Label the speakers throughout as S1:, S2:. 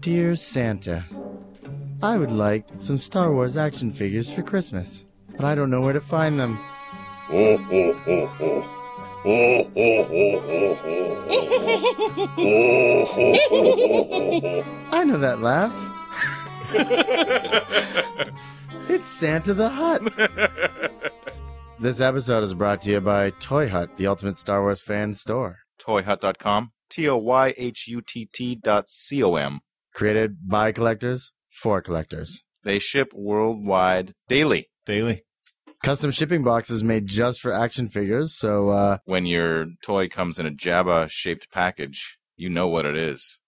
S1: Dear Santa, I would like some Star Wars action figures for Christmas, but I don't know where to find them.
S2: Ho, ho, ho, ho. Ho, ho, ho, ho, ho. Ho, ho, ho, ho, ho, ho.
S1: I know that laugh. it's Santa the Hut. this episode is brought to you by Toy Hut, the ultimate Star Wars fan store.
S3: toyhut.com, T O Y H U T T dot C O M.
S1: Created by collectors for collectors.
S3: They ship worldwide daily
S4: Daily.
S1: Custom shipping boxes made just for action figures, so uh,
S3: when your toy comes in a Jabba shaped package. You know what it is.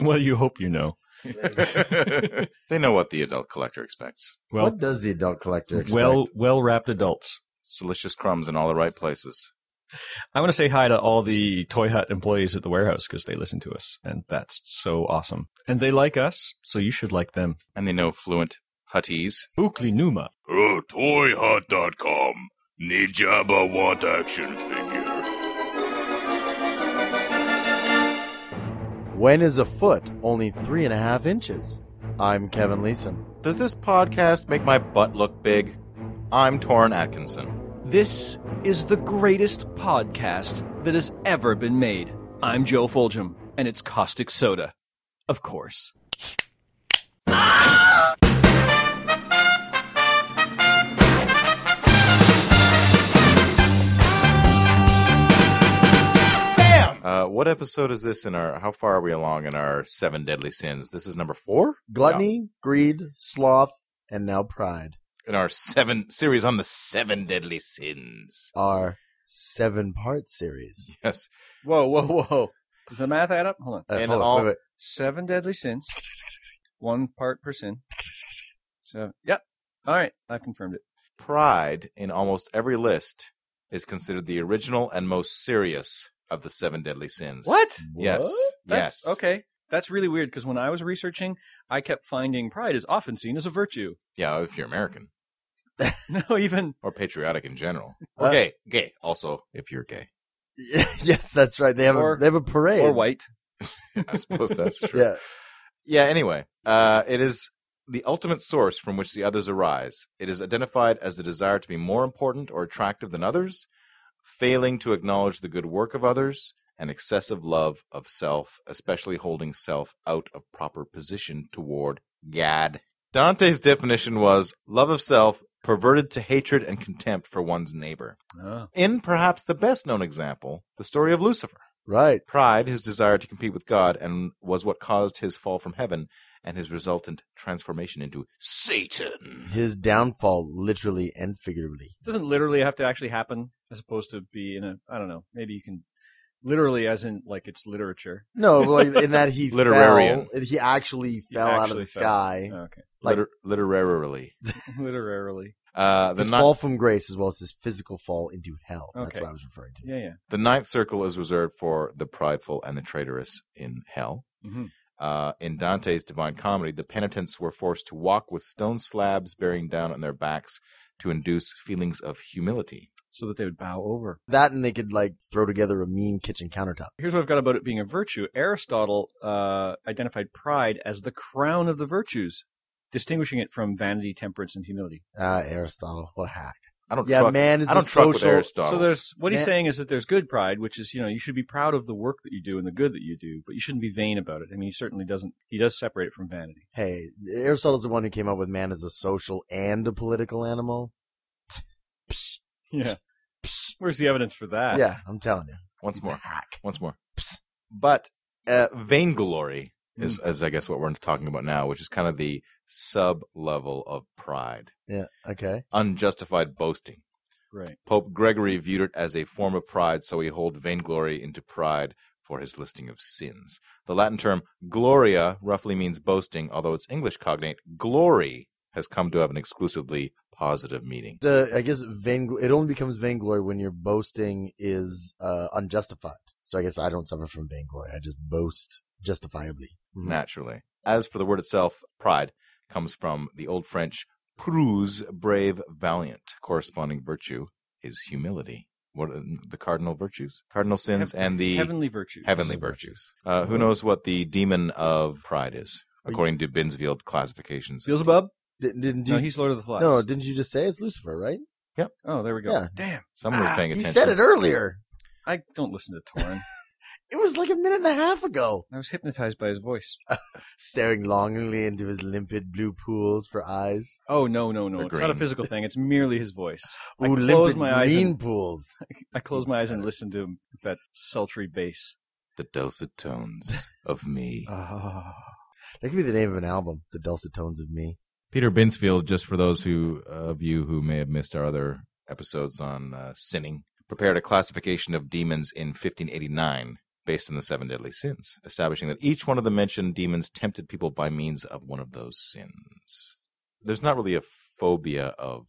S4: Well, you hope you know.
S3: they know what the adult collector expects.
S4: Well,
S1: what does the adult collector expect?
S4: well, well wrapped adults.
S3: Delicious crumbs in all the right places.
S4: I want to say hi to all the Toy Hut employees at the warehouse because they listen to us, and that's so awesome. And they like us, so you should like them.
S3: And they know fluent Huttese.
S4: Ookly Numa.
S2: Oh, toyhut.com. Need Jabba want action figure.
S1: when is a foot only three and a half inches? I'm Kevin Leeson.
S3: Does this podcast make my butt look big? I'm Torrin Atkinson.
S5: This is the greatest podcast that has ever been made. I'm Joe Foljam, and it's Caustic Soda. Of course.
S3: Uh, what episode is this in our? How far are we along in our seven deadly sins? This is number four
S1: Gluttony, greed, sloth, and now pride
S3: in our seven series on the seven deadly sins.
S1: are seven part series.
S3: Yes,
S5: Whoa, whoa, whoa. Does the math add up? Hold on.
S1: Uh,
S3: And
S1: hold on,
S3: all-
S1: wait, wait.
S5: Seven deadly sins, one part per sin. So, yep. All right. I've confirmed it.
S3: pride in almost every list is considered the original and most serious of the seven deadly sins.
S5: What?
S3: Yes.
S5: That's
S3: yes.
S5: okay. That's really weird because when I was researching, I kept finding pride is often seen as a virtue.
S3: Yeah, if you're American
S5: No, even
S3: or patriotic in general,
S1: Uh,
S3: or gay, gay also if you're gay.
S1: yes, that's right. They have
S5: Or-
S1: a they have a parade.
S5: or white.
S3: I suppose that's true.
S1: Yeah.
S3: Yeah, anyway, uh, it is the ultimate source from which the others arise. It is identified as the desire to be more important or attractive than others, failing to acknowledge the good work of others, and excessive love of self, especially holding self out of proper position toward God. Dante's definition was love of self perverted to hatred and contempt for one's neighbor.
S5: Oh.
S3: In perhaps the best known example, the story of Lucifer.
S1: Right.
S3: Pride, his desire to compete with God, and was what caused his fall from heaven and his resultant transformation into Satan.
S1: His downfall, literally and figuratively.
S5: doesn't literally have to actually happen as opposed to be in a I don't know, maybe you can literally as in like it's literature.
S1: No, like in that he
S3: Literarian.
S1: fell. He actually
S5: He
S1: fell out of
S5: actually
S1: the
S5: fell.
S1: sky.
S5: Okay.
S1: Like-
S3: Liter- literarily.
S5: Literarily.
S3: Uh, the,
S1: His
S3: ni-
S1: fall from grace, as well as his physical fall into hell. That's
S5: Okay.
S1: what I was referring to.
S5: Yeah, yeah.
S3: the ninth circle is reserved for the prideful and the traitorous in hell.
S5: Mhm.
S3: Uh, in Dante's Divine Comedy, the penitents were forced to walk with stone slabs bearing down on their backs to induce feelings of humility.
S5: So that they would bow over.
S1: That, and they could like throw together a mean kitchen countertop.
S5: Here's what I've got about it being a virtue. Aristotle uh, identified pride as the crown of the virtues, distinguishing it from vanity, temperance, and humility.
S1: Ah, Aristotle, what a hack!
S3: I don't
S1: Yeah,
S3: truck,
S1: man is
S3: I don't
S1: a
S3: truck with
S1: social-
S3: Aristotle.
S5: So there's what he's
S1: Man-
S5: saying is that there's good pride, which is you know you should be proud of the work that you do and the good that you do, but you shouldn't be vain about it. I mean, he certainly doesn't. He does separate it from vanity.
S1: Hey, Aristotle's the one who came up with man as a social and a political animal. Psh,
S5: Yeah.
S1: psh.
S5: Where's the evidence for that?
S1: Yeah, I'm telling you,
S3: once
S1: he's a
S3: more.
S1: hack.
S3: once more.
S1: Psst.
S3: But uh, vainglory is, is, I guess, what we're talking about now, which is kind of the sub level of pride,
S1: Yeah, okay.
S3: unjustified boasting.
S5: Right.
S3: Pope Gregory viewed it as a form of pride, so he hold vainglory into pride for his listing of sins. The Latin term gloria roughly means boasting, although its English cognate glory has come to have an exclusively positive meaning.
S1: uh, I guess vaingl- it only becomes vainglory when your boasting is uh, unjustified. So I guess I don't suffer from vainglory. I just boast justifiably. Mhm.
S3: naturally. As for the word itself, pride comes from the Old French "pruse," brave, valiant. Corresponding virtue is humility. what uh, the cardinal virtues, cardinal sins,
S5: Heav-
S3: and the
S5: heavenly virtues.
S3: heavenly virtues. Uh, who knows what the demon of pride is, according to Binsfield classifications?
S5: Beelzebub?
S1: Didn't, didn't you?
S5: No, he's Lord of the Flies.
S1: no, didn't you just say it's Lucifer, right?
S5: oh, there we go.
S1: Yeah.
S5: Damn,
S3: Someone was paying
S1: Ah, he
S3: attention.
S1: said it earlier.
S5: I don't listen to Torin.
S1: It was like a minute and a half ago.
S5: I was hypnotized by his voice.
S1: Staring longingly into his limpid blue pools for eyes.
S5: Oh no, no, no!
S3: They're
S5: It's not a
S3: green.
S5: physical thing. It's merely his voice. I
S1: Ooh,
S5: close
S1: limpid
S5: my eyes
S1: green
S5: and-
S1: pools.
S5: I close my eyes and listen to him with that sultry bass.
S3: The dulcet tones of me.
S5: Ah.
S1: That could be the name of an album, The Dulcet Tones of Me.
S3: Peter Binsfield, just for those who of you who may have missed our other episodes on uh, sinning, prepared a classification of demons in 1589 based on the seven deadly sins, establishing that each one of the mentioned demons tempted people by means of one of those sins. There's not really a phobia of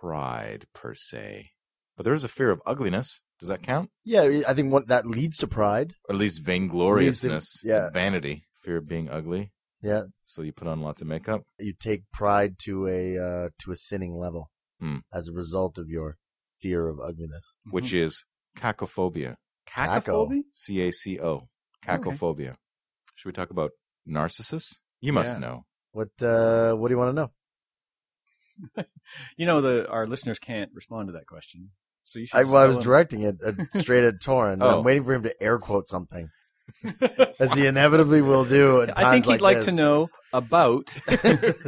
S3: pride per se, but there is a fear of ugliness. Does that count?
S1: Yeah, I think what that leads to pride.
S3: Or at least vaingloriousness,
S1: yeah.
S3: vanity, fear of being ugly.
S1: Yeah.
S3: So you put on lots of makeup.
S1: You take pride to a uh, to a sinning level
S3: Hmm.
S1: as a result of your fear of ugliness.
S5: Mm-hmm.
S3: which is cacophobia.
S1: Cacophobia?
S3: C A C O. Cacophobia. Should we talk about narcissists? You must
S5: Yeah.
S3: know.
S1: What uh, what do you want to know?
S5: You know, the our listeners can't respond to that question, so you should.
S1: I,
S5: just
S1: well, I
S5: tell
S1: was
S5: them.
S1: directing it uh, straight at Torin. and
S3: Oh.
S1: I'm waiting for him to air quote something, as he inevitably will do. At
S5: I think
S1: times
S5: he'd like
S1: this.
S5: to know about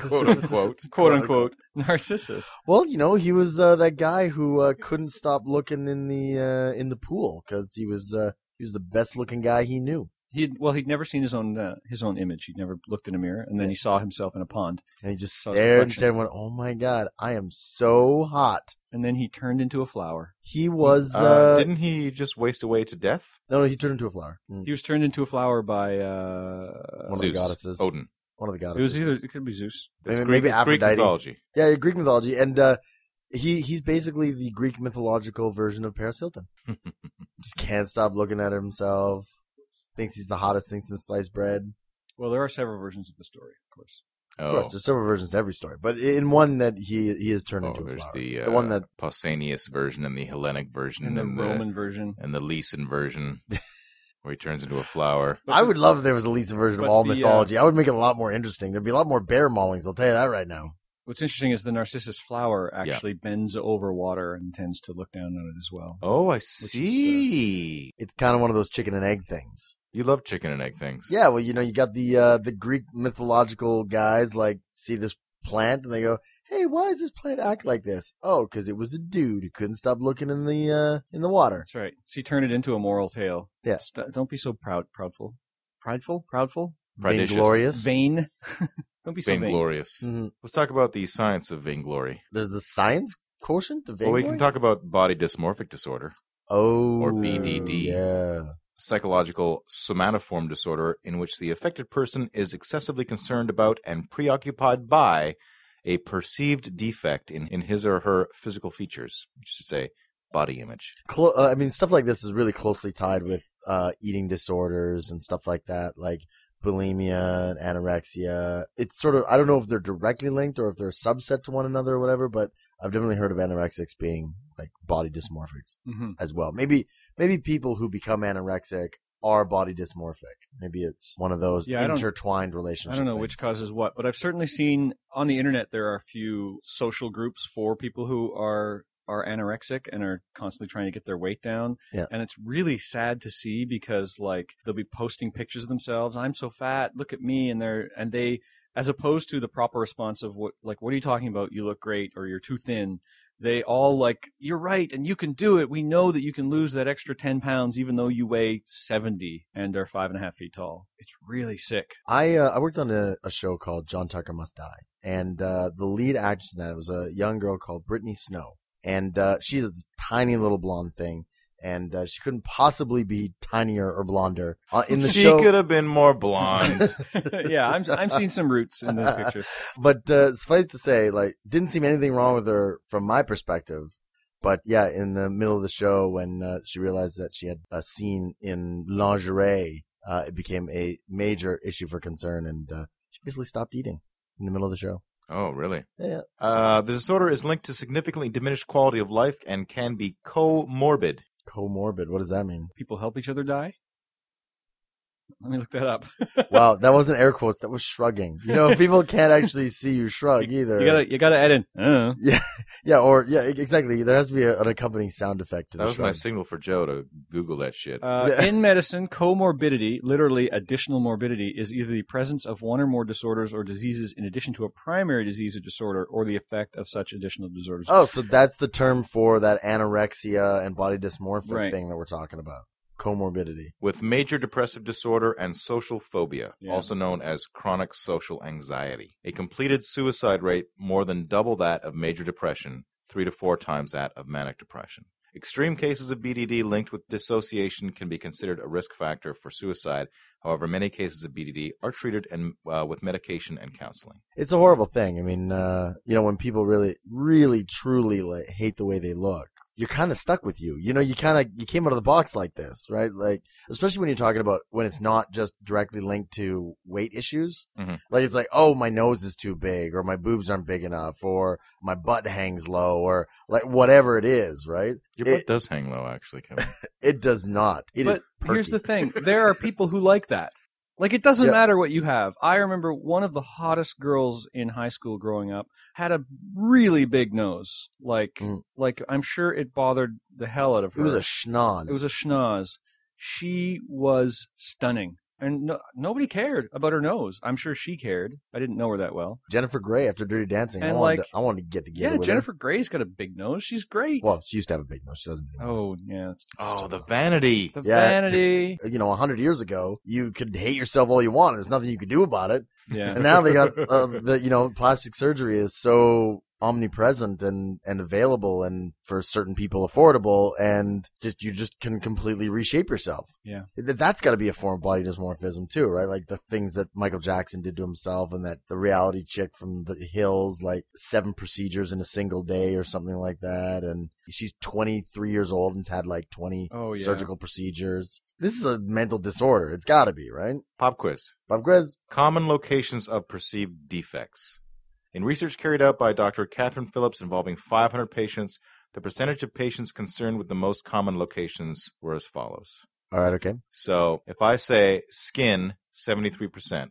S3: Quote unquote.
S5: quote unquote Narcissus.
S1: Well, you know, he was uh, that guy who uh, couldn't stop looking in the uh, in the pool because he was uh, he was the best looking guy he knew,
S5: He well, he'd never seen his own uh, his own image. He'd never looked in a mirror, and then he saw himself in a pond,
S1: and he just
S5: Saw his
S1: stared and
S5: reflection.
S1: stared and went, "Oh my god, I am so hot."
S5: and then he turned into a flower.
S1: He was
S3: Uh,
S1: uh,
S3: didn't he just waste away to death?
S1: no, no, he turned into a flower. Mm.
S5: He was turned into a flower by uh,
S1: One of the goddesses.
S3: Odin.
S1: One of the
S5: it was
S1: goddesses.
S5: either it could be Zeus.
S3: It's
S1: Maybe-
S3: Greek,
S1: maybe
S3: it's Greek
S1: Aphrodite.
S3: mythology.
S1: yeah, Greek mythology, and uh, he he's basically the Greek mythological version of Paris Hilton. just can't stop looking at himself. Thinks he's the hottest thing since sliced bread.
S5: Well, there are several versions of the story, of course.
S1: Of
S3: Oh,
S1: course, there's several versions to every story, but in one that he he is turned
S3: Oh,
S1: into a
S3: there's
S1: flower.
S3: the, uh,
S1: the one that
S3: Pausanias version and the Hellenic version
S5: And
S3: and,
S5: the
S3: the,
S5: Roman version.
S3: and the Lysan version where he turns into a flower.
S1: I would love if there was a Lisa version of
S5: but
S1: all
S5: the, uh,
S1: mythology. I would make it a lot more interesting. There'd be a lot more bear maulings. I'll tell you that right now.
S5: What's interesting is the narcissus flower
S3: Yeah.
S5: actually bends over water and tends to look down on it as well.
S3: Oh, I
S1: uh,
S3: see.
S1: It's kind of one of those chicken and egg things.
S3: You love chicken and egg things.
S1: Yeah, well, you know, you got the uh, the Greek mythological guys like see this plant and they go, "Hey, why does this plant act like this?" Oh, because it was a dude who couldn't stop looking in the uh, in the water.
S5: That's right. So you turn it into a moral tale.
S1: Yeah.
S5: St- don't be so proud, proudful, prideful, proudful,
S3: Pernicious.
S1: Vainglorious.
S5: vain. don't be so vain.
S3: Vainglorious.
S1: Mhm.
S3: Let's talk about the science of vainglory.
S1: There's the science quotient. Of
S3: Well, we can
S1: vainglory?
S3: talk about body dysmorphic disorder,
S1: Oh,
S3: or BDD.
S1: Yeah,
S3: psychological somatoform disorder, in which the affected person is excessively concerned about and preoccupied by a perceived defect in, in his or her physical features, which is to say, body image.
S1: Clo- uh, I mean, stuff like this is really closely tied with uh, eating disorders and stuff like that, like bulimia and anorexia. It's sort of I don't know if they're directly linked or if they're a subset to one another or whatever, but I've definitely heard of anorexics being like body dysmorphics
S5: hmm
S1: as well. Maybe maybe people who become anorexic are body dysmorphic. Maybe it's one of those
S5: Yeah, I don't-
S1: intertwined relationships.
S5: I don't know which causes what, but I've certainly seen on the internet there are a few social groups for people who are are anorexic and are constantly trying to get their weight down.
S1: Yeah.
S5: And it's really sad to see because like they'll be posting pictures of themselves, I'm so fat, look at me and they're and they as opposed to the proper response of what like what are you talking about? You look great or you're too thin. They all like, you're right, and you can do it. We know that you can lose that extra 10 pounds, even though you weigh 70 and are five and a half feet tall. It's really sick.
S1: I uh, I worked on a, a show called John Tucker Must Die, and uh, the lead actress in that was a young girl called Brittany Snow, and uh, she's a tiny little blonde thing, and uh, she couldn't possibly be tinier or blonder uh, in the
S3: she
S1: show.
S3: could have been more blonde.
S5: yeah, I'm I'm seeing some roots in this picture.
S1: But uh, suffice to say, like, didn't seem anything wrong with her from my perspective. But yeah, in the middle of the show, when uh, she realized that she had a scene in lingerie, uh, it became a major issue for concern, and uh, she basically stopped eating in the middle of the show.
S3: Oh, really?
S1: Yeah.
S3: Uh, the disorder is linked to significantly diminished quality of life and can be comorbid.
S1: Comorbid. What does that mean?
S5: People help each other die. Let me look that up.
S1: Wow, that wasn't air quotes. That was shrugging. You know, people can't actually see you shrug either.
S5: You gotta, you gotta add in. Uh,
S1: yeah, or yeah, e- exactly. There has to be a, an accompanying sound effect to
S3: That
S1: the
S3: was
S1: shrug.
S3: my signal for Joe to Google that shit.
S5: Uh,
S1: Yeah.
S5: In medicine, comorbidity, literally additional morbidity, is either the presence of one or more disorders or diseases in addition to a primary disease or disorder, or the effect of such additional disorders.
S1: Oh, so that's the term for that anorexia and body dysmorphic
S5: Right.
S1: thing that we're talking about. Comorbidity.
S3: with major depressive disorder and social phobia,
S5: Yeah.
S3: also known as chronic social anxiety. A completed suicide rate more than double that of major depression, three to four times that of manic depression. Extreme cases of BDD linked with dissociation can be considered a risk factor for suicide. However, many cases of BDD are treated and, uh, with medication and counseling.
S1: It's a horrible thing. I mean, uh, you know, when people really, really, truly like, hate the way they look, you're kind of stuck with you. You know, you kind of you came out of the box like this, right? Like, especially when you're talking about when it's not just directly linked to weight issues.
S5: Mm-hmm.
S3: Mhm.
S1: Like, it's like, oh, my nose is too big, or my boobs aren't big enough, or my butt hangs low, or like whatever it is, right?
S3: Your
S1: It-
S3: butt does hang low, actually, Kevin.
S1: It does not. It is.
S5: but here's
S1: perky.
S5: the thing there are people who like that. Like, it doesn't
S1: Yeah.
S5: matter what you have. I remember one of the hottest girls in high school growing up had a really big nose. Like,
S1: Mm.
S5: like I'm sure it bothered the hell out of her.
S1: It was a schnoz.
S5: It was a schnoz. She was stunning. And no, nobody cared about her nose. I'm sure she cared. I didn't know her that well.
S1: Jennifer Grey after Dirty Dancing. I
S5: And,
S1: wanted,
S5: like,
S1: to, I wanted to get together.
S5: yeah,
S1: with her.
S5: Jennifer Grey's got a big nose. She's great.
S1: Well, she used to have a big nose. She doesn't. anymore.
S5: oh, yeah. It's,
S3: oh, the vanity.
S1: yeah.
S5: the vanity.
S1: You know, a hundred years ago, you could hate yourself all you want. There's nothing you could do about it.
S5: Yeah.
S1: And now they got uh, the you know plastic surgery is so omnipresent and and available and for certain people affordable and just you just can completely reshape yourself.
S5: Yeah.
S1: Th- that's got to be a form of body dysmorphism too, right? Like the things that Michael Jackson did to himself and that the reality chick from the hills like seven procedures in a single day or something like that and she's 23 years old and's had like 20
S5: Oh, yeah.
S1: surgical procedures. This is a mental disorder. It's got to be, right?
S3: Pop quiz.
S1: Bob Grez
S3: Common locations of perceived defects. In research carried out by Dr. Catherine Phillips involving 500 patients, the percentage of patients concerned with the most common locations were as follows.
S1: All right, okay.
S3: So if I say skin, 73%,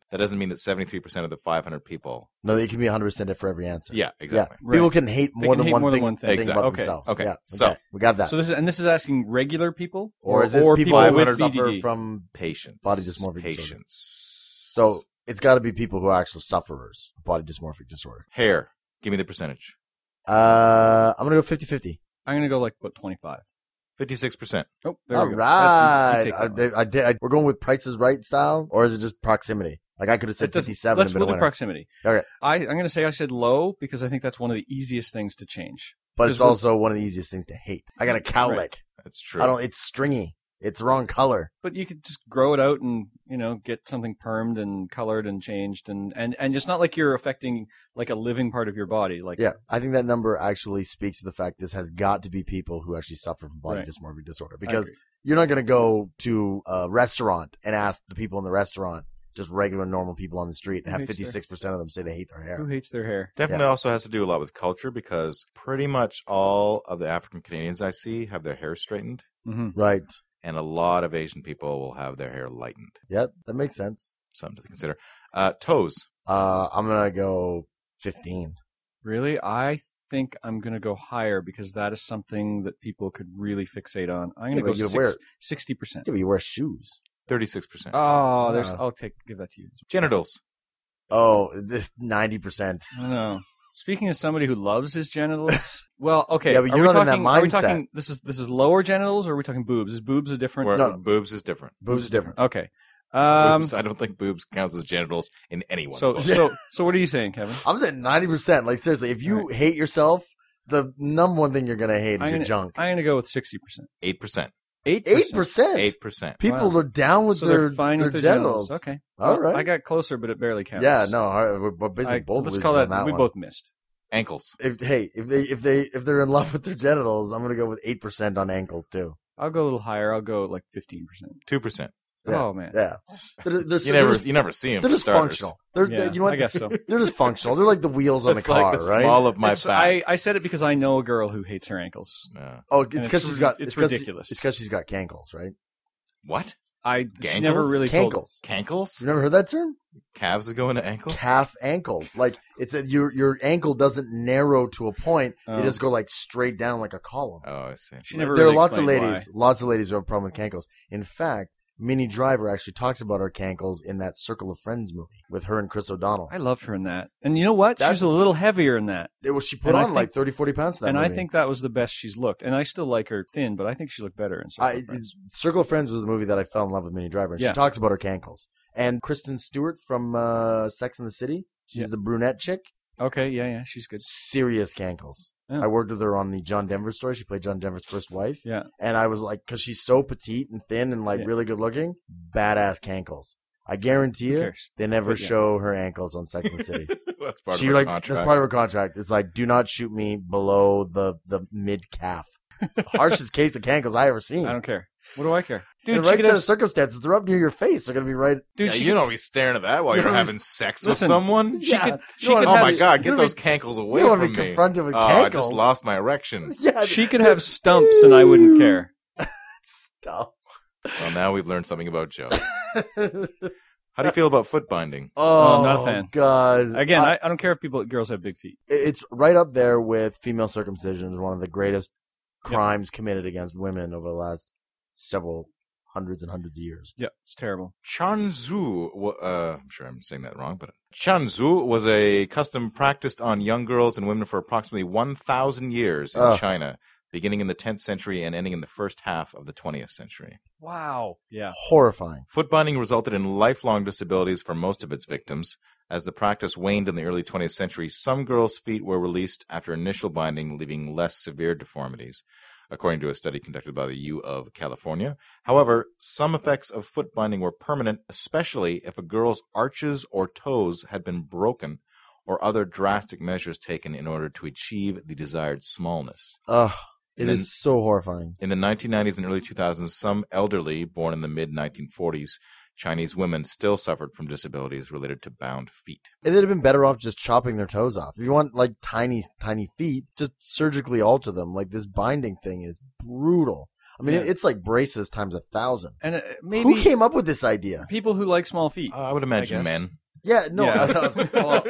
S3: that doesn't mean that 73% of the 500 people.
S1: No, it can be 100% for every answer.
S3: Yeah, exactly.
S1: Yeah. People can hate
S5: They
S1: more,
S5: can
S1: than,
S5: hate
S1: one
S5: more than
S1: thing,
S5: one thing.
S1: about
S3: Exactly. Okay.
S1: themselves.
S3: Okay.
S1: Yeah.
S3: So-
S1: we got that.
S5: So this is, and this is asking regular people
S1: or, is this people,
S5: people with
S1: who suffer
S5: CDD?
S1: from?
S3: Patients.
S1: Body dysmorphic disorder.
S3: Patients.
S1: So it's got to be people who are actual sufferers of body dysmorphic disorder.
S3: hair. Give me the percentage.
S1: Uh, I'm gonna go 50 50.
S5: I'm going to go like, what, 25?
S3: 56%.
S5: Oh, there
S1: All
S5: we go. That-
S1: right, Uh,
S5: you- you take
S1: I,
S5: that one.
S1: did- I did. I, we're going with prices right style, or is it just proximity? Like I could have said
S5: It doesn't-
S1: 57
S5: Let's
S1: and been a
S5: go to
S1: winner,
S5: proximity.
S1: Okay.
S5: I, I'm going to say I said low because I think that's one of the easiest things to change.
S1: but it's
S5: because we're-
S1: also one of the easiest things to hate. I got a cowlick.
S5: Right.
S3: That's true.
S1: I don't. It's stringy. It's the wrong color.
S5: but you could just grow it out and you know get something permed and colored and changed and and and it's not like you're affecting like a living part of your body like
S1: Yeah, I think that number actually speaks to the fact this has got to be people who actually suffer from body
S5: Right.
S1: dysmorphic disorder
S5: I
S1: because
S5: agree.
S1: you're not going to go to a restaurant and ask the people in the restaurant, just regular normal people on the street, and
S5: Who
S1: have
S5: hates their-
S1: 56% of them say they hate their
S5: who
S1: hair.
S5: hates their hair
S3: Definitely also has to do a lot with culture because pretty much all of the African Canadians I see have their hair straightened.
S5: mm-hmm.
S1: Right.
S3: and a lot of Asian people will have their hair lightened.
S1: Yep, that makes sense.
S3: Something to consider. Uh, toes.
S1: Uh, I'm going to go 15.
S5: really i think i'm going to go higher because that is something that people could really fixate on i'm going
S1: Yeah,
S5: to
S1: but
S5: go
S1: you
S5: six-
S1: wear
S5: 60%
S1: Yeah, but you wear shoes.
S3: 36%.
S5: oh there's
S1: Uh.
S5: i'll take give that to you
S3: Genitals.
S1: Oh, this 90%.
S5: i don't know Speaking as somebody who loves his genitals, well, okay.
S1: Yeah, but
S5: are
S1: you're
S5: we
S1: not in
S5: talking,
S1: that
S5: Are we
S1: mindset.
S5: talking? This is this is lower genitals, or are we talking boobs? Is boobs a different?
S3: Where
S1: No.
S3: Boobs is different.
S1: Boobs are different.
S5: Okay. Um,
S3: boobs, I don't think boobs counts as genitals in anyone's
S5: So,
S3: book.
S5: so, so, what are you saying, Kevin?
S1: I'm saying 90%. Like, seriously, if you hate yourself, the number one thing you're going to hate is
S5: I'm
S1: your
S5: gonna-
S1: junk.
S5: I'm going to go with sixty percent.
S3: 8%.
S5: Eight.
S1: 8%.
S3: 8%.
S1: People
S5: Wow.
S1: are down with
S5: So
S1: their,
S5: they're fine
S1: their
S5: with their
S1: genitals.
S5: genitals. Okay.
S1: All
S5: Well,
S1: right.
S5: I got closer, but it barely counts.
S1: Yeah, no, all right, we're, we're
S5: I,
S1: basically both
S5: let's
S1: losers
S5: call that.
S1: on that
S5: we
S1: one.
S5: both missed.
S3: Ankles.
S1: If hey, if they if they if they're in love with their genitals, I'm gonna go with eight percent on ankles too.
S5: I'll go a little higher. I'll go like fifteen percent.
S3: 2%.
S5: Oh man.
S1: Yeah, they're, they're,
S3: You never,
S1: they're just,
S3: you never see them.
S1: they're just functional. They're
S5: Yeah,
S1: you know what?
S5: I guess so.
S1: They're just functional. They're like the wheels on the
S3: It's
S1: car,
S3: like the
S1: right?
S3: small of my
S5: It's-
S3: back. Uh,
S5: I, I said it because I know a girl who hates her ankles.
S3: Yeah.
S1: oh, it's
S5: it's
S1: because
S5: rid-
S1: she's got.
S5: it's
S1: It's 'cause-
S5: ridiculous.
S1: It's because she's got cankles, right?
S3: What?
S5: I she
S3: Gankles?
S5: never really told.
S1: cankles.
S3: Cankles?
S1: You never heard that term?
S3: Calves that go into ankles?
S1: Calf ankles. Like it's that your your ankle doesn't narrow to a point.
S5: Oh.
S1: It just go like straight down like a column.
S3: Oh, I see.
S5: She never.
S1: there
S5: really
S1: are lots of
S5: explained
S1: ladies, lots of ladies who have a problem with cankles. In fact, Minnie Driver actually talks about her cankles in that Circle of Friends movie with her and Chris O'Donnell.
S5: why. I loved her in that, and you know what?
S1: That's-
S5: She's a little heavier in that,
S1: It was she put
S5: And I
S1: on
S5: think-
S1: like 30, 40 pounds. In that
S5: and I
S1: movie.
S5: think that was the best she's looked. And I still like her thin, but I think she looked better in. Circle
S1: I,
S5: of Friends.
S1: Circle of Friends was the movie that I fell in love with Minnie Driver. And
S5: Yeah.
S1: She talks about her cankles. And Kristen Stewart from uh, Sex and the City, she's
S5: Yeah.
S1: the brunette chick.
S5: Okay, yeah, yeah, she's good.
S1: Serious cankles.
S5: Yeah.
S1: I worked with her on the John Denver story. She played John Denver's first wife.
S5: Yeah.
S1: And I was like, because she's so petite and thin and like
S5: Yeah.
S1: really good looking, badass cankles. I guarantee
S5: Who
S1: you,
S5: cares?
S1: they never
S5: But yeah.
S1: show her ankles on Sex and the City.
S3: That's part
S1: she
S3: of her
S1: like
S3: contract.
S1: that's part of her contract. It's like, do not shoot me below the the mid calf. Harshest case of cankles I ever seen.
S5: I don't care. What do I care, dude?
S1: in the
S5: she
S1: right
S5: could
S1: set
S5: have,
S1: of circumstances, they're up near your face. They're gonna be right.
S5: dude,
S3: yeah,
S5: she
S3: you
S5: could-
S3: don't be staring at that while
S5: You
S3: you're
S5: don't
S3: having sex
S5: listen,
S3: with someone.
S5: she
S1: Yeah.
S5: could. She
S1: You don't
S5: could
S3: oh
S1: wanna
S5: have.
S3: my
S1: have-
S3: god,
S1: you
S3: get
S1: don't
S3: those cankles
S1: You
S3: away
S1: don't
S3: from
S1: want to be
S3: me.
S1: confronted with
S3: Oh,
S1: cankles.
S3: I just lost my erection.
S1: Yeah,
S5: She could have stumps, and I wouldn't care.
S1: Stop.
S3: Well, now we've learned something about Joe. How do you feel about foot binding?
S1: oh,
S5: not a fan.
S1: God.
S5: Again,
S1: I-
S5: I, I don't care if people girls have big feet.
S1: it's right up there with female circumcision is one of the greatest crimes committed against women over the last several hundreds and hundreds of years.
S5: Yeah, it's terrible.
S3: Chanzu, wa- uh, I'm sure I'm saying that wrong, but Chanzu was a custom practiced on young girls and women for approximately 1,000 years in
S1: Oh.
S3: China, beginning in the 10th century and ending in the first half of the 20th century.
S5: Wow. Yeah.
S1: Horrifying.
S3: Foot binding resulted in lifelong disabilities for most of its victims. As the practice waned in the early 20th century, some girls' feet were released after initial binding, leaving less severe deformities, according to a study conducted by the U of California. However, some effects of foot binding were permanent, especially if a girl's arches or toes had been broken or other drastic measures taken in order to achieve the desired smallness.
S1: Ugh. It
S3: And
S1: is
S3: then-
S1: so horrifying.
S3: In the 1990s and early 2000s, some elderly, born in the mid 1940s, Chinese women still suffered from disabilities related to bound feet.
S1: They'd have been better off just chopping their toes off. If you want like tiny, tiny feet, just surgically alter them. Like this binding thing is brutal. I mean,
S5: Yeah.
S1: it's like braces times a thousand.
S5: And uh, maybe
S1: Who came up with this idea?
S5: people who like small feet.
S3: Uh, I would imagine
S5: guess.
S3: men.
S1: Yeah, no.
S5: Yeah.
S1: well,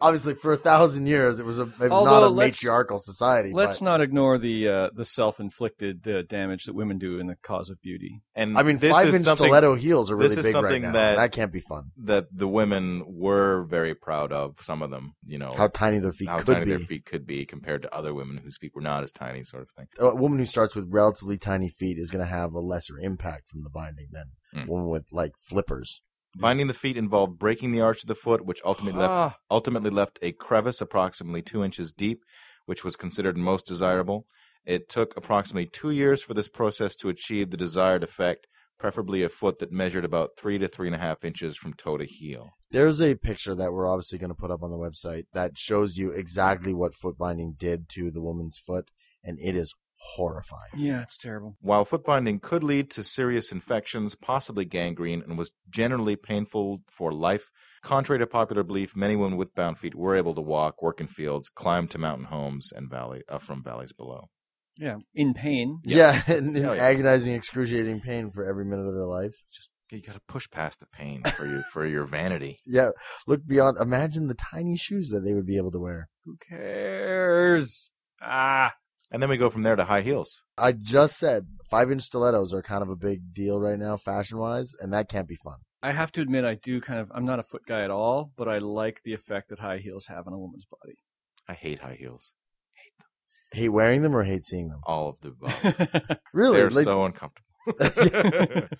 S1: obviously, for a thousand years, it was a it was
S5: Although,
S1: not a
S5: let's-
S1: matriarchal society.
S5: Let's
S1: but,
S5: not ignore the uh, the self inflicted uh, damage that women do in the cause of beauty.
S3: And
S1: I mean,
S3: this
S1: five
S3: is
S1: inch
S3: something
S1: stiletto heels are really
S3: this is
S1: big right
S3: something
S1: now.
S3: that-
S1: That, can't be fun.
S3: that the women were very proud of. Some of them, you know,
S1: How tiny their feet
S3: how
S1: could
S3: tiny
S1: be.
S3: their feet could be compared to other women whose feet were not as tiny, sort of thing.
S1: A woman who starts with relatively tiny feet is going to have a lesser impact from the binding than
S3: Mm.
S1: a woman with like flippers.
S3: Binding the feet involved breaking the arch of the foot, which ultimately left
S5: Ah,
S3: ultimately left a crevice approximately two inches deep, which was considered most desirable. It took approximately two years for this process to achieve the desired effect, preferably a foot that measured about three to three and a half inches from toe to heel.
S1: There's a picture that we're obviously going to put up on the website that shows you exactly what foot binding did to the woman's foot, and it is horrifying.
S5: yeah, it's terrible.
S3: While foot binding could lead to serious infections, possibly gangrene, and was generally painful for life, contrary to popular belief, many women with bound feet were able to walk, work in fields, climb to mountain homes, and valley uh, from valleys below.
S5: Yeah, in pain.
S1: Yeah, and in
S3: Oh, yeah.
S1: agonizing, excruciating pain for every minute of their life.
S3: Just you got to push past the pain for you for your vanity.
S1: Yeah, look beyond. Imagine the tiny shoes that they would be able to wear.
S5: Who cares? Ah,
S3: And then we go from there to high heels.
S1: I just said five inch stilettos are kind of a big deal right now, fashion wise, and that can't be fun.
S5: I have to admit, I do kind of. I'm not a foot guy at all, but I like the effect that high heels have on a woman's body.
S3: I hate high heels.
S1: Hate wearing them or hate seeing them?
S3: All of the above.
S1: Really?
S3: They're
S1: like,
S3: so uncomfortable.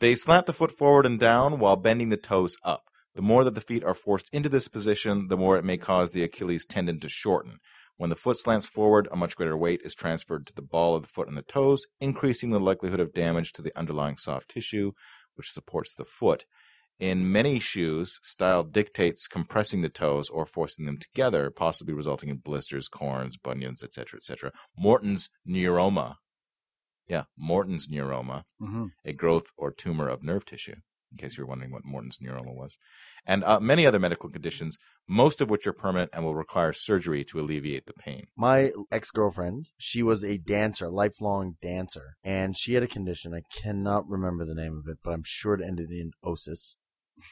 S3: they slant the foot forward and down while bending the toes up. The more that the feet are forced into this position, the more it may cause the Achilles tendon to shorten. When the foot slants forward, a much greater weight is transferred to the ball of the foot and the toes, increasing the likelihood of damage to the underlying soft tissue, which supports the foot. In many shoes, style dictates compressing the toes or forcing them together, possibly resulting in blisters, corns, bunions, etc., etc. Morton's neuroma Yeah, Morton's neuroma,
S5: Mm-hmm.
S3: a growth or tumor of nerve tissue, in case you're wondering what Morton's neuroma was, and uh, many other medical conditions, most of which are permanent and will require surgery to alleviate the pain.
S1: My ex girlfriend, she was a dancer, lifelong dancer, and she had a condition. I cannot remember the name of it, but I'm sure it ended in osis.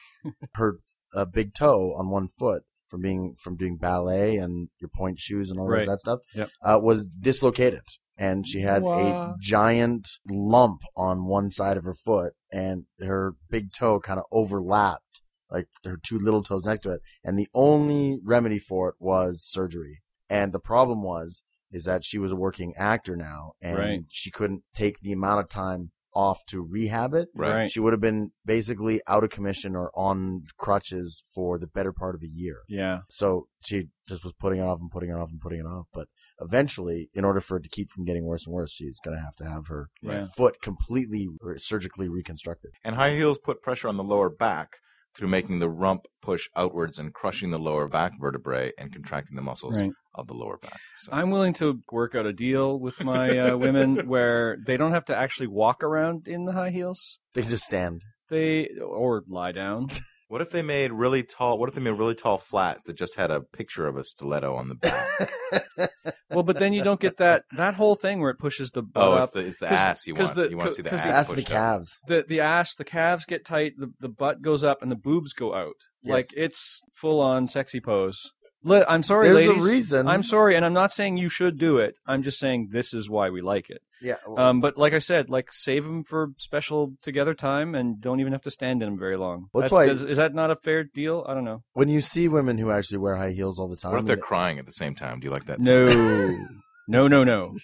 S1: Her uh, big toe on one foot from being from doing ballet and your point shoes and all
S5: Right.
S1: of that stuff
S5: Yep.
S1: uh, was dislocated, and she had
S5: Wha-
S1: a giant lump on one side of her foot, and her big toe kind of overlapped. Like her two little toes next to it, and the only remedy for it was surgery. And the problem was is that she was a working actor now and
S5: Right.
S1: she couldn't take the amount of time off to rehab it.
S5: Right.
S1: She would have been basically out of commission or on crutches for the better part of a year.
S5: Yeah.
S1: So she just was putting it off and putting it off and putting it off. But eventually, in order for it to keep from getting worse and worse, she's going to have to have her
S5: Yeah.
S1: foot completely re- surgically reconstructed.
S3: And high heels put pressure on the lower back through making the rump push outwards and crushing the lower back vertebrae and contracting the muscles
S5: Right.
S3: of the lower back. So,
S5: I'm willing to work out a deal with my uh, women where they don't have to actually walk around in the high heels.
S1: They just stand.
S5: They or lie down.
S3: what if they made really tall? What if they made really tall flats that just had a picture of a stiletto on the back?
S5: Well, but then you don't get that that whole thing where it pushes the butt
S3: oh,
S5: up.
S3: it's the it's the
S5: 'Cause-
S3: ass you want.
S5: 'cause the-
S3: you want to see the
S5: 'cause
S3: ass,
S5: the-
S1: That's the
S3: pushed up.
S1: calves.
S5: the the ass, the calves get tight, the, the butt goes up, and the boobs go out.
S1: Yes.
S5: Like it's full on sexy pose. Li- I'm sorry,
S1: There's a
S5: ladies.
S1: reason.
S5: I'm sorry, and I'm not saying you should do it. I'm just saying this is why we like it.
S1: Yeah.
S5: Um, but like I said, like save them for special together time, and don't even have to stand in them very long.
S1: That's
S5: That-
S1: why-
S5: does- is that not a fair deal? I don't know.
S1: when you see women who actually wear high heels all the time,
S3: What if they're crying at the same time? Do you like that?
S5: No, no, no, no.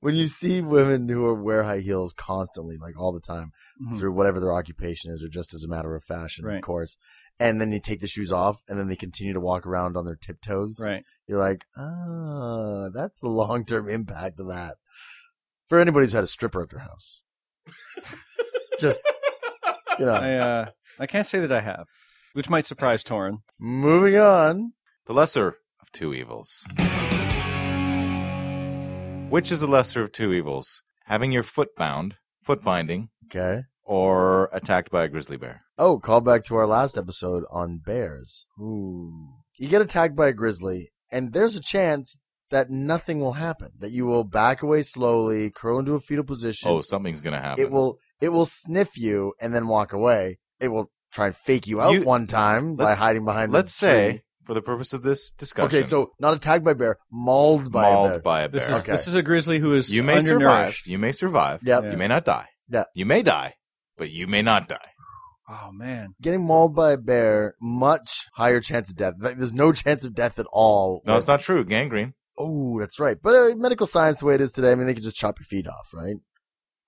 S1: when you see women who are wear high heels constantly, like all the time,
S3: Hmm.
S5: Mhm.
S1: through whatever their occupation is, or just as a matter of fashion,
S5: Right.
S1: of course, and then you take the shoes off, and then they continue to walk around on their tiptoes.
S5: Right.
S1: You're like, ah, that's the long term impact of that. For anybody who's had a stripper at their house, just you know.
S5: I uh, I can't say that I have, which might surprise Torin.
S1: Moving on,
S3: The lesser of two evils. Which is the lesser of two evils? Having your foot bound, foot binding,
S1: okay.
S3: or attacked by a grizzly bear?
S1: Oh, call back to our last episode on bears. You get attacked by a grizzly, and there's a chance that nothing will happen. That you will back away slowly, curl into a fetal position.
S3: Oh, something's gonna happen.
S1: it will it will sniff you and then walk away. It will try and fake you out
S3: You-
S1: one time by
S3: let's-
S1: hiding behind. a
S3: Let's say,
S1: tree.
S3: for the purpose of this discussion,
S1: Okay, so not attacked by bear, mauled by a bear.
S3: mauled by a bear.
S5: This is
S1: Okay.
S5: this is a grizzly who is
S3: you may survive.
S5: undernourished.
S3: You may survive.
S1: Yep.
S5: Yeah.
S3: You may not die.
S1: Yeah.
S3: You may die, but you may not die.
S5: Oh man.
S1: Getting mauled by a bear, much higher chance of death. Like, there's no chance of death at all.
S3: No, it's not true. Gangrene.
S1: Oh, that's right. But uh, medical science, the way it is today, I mean, they could just chop your feet off, right?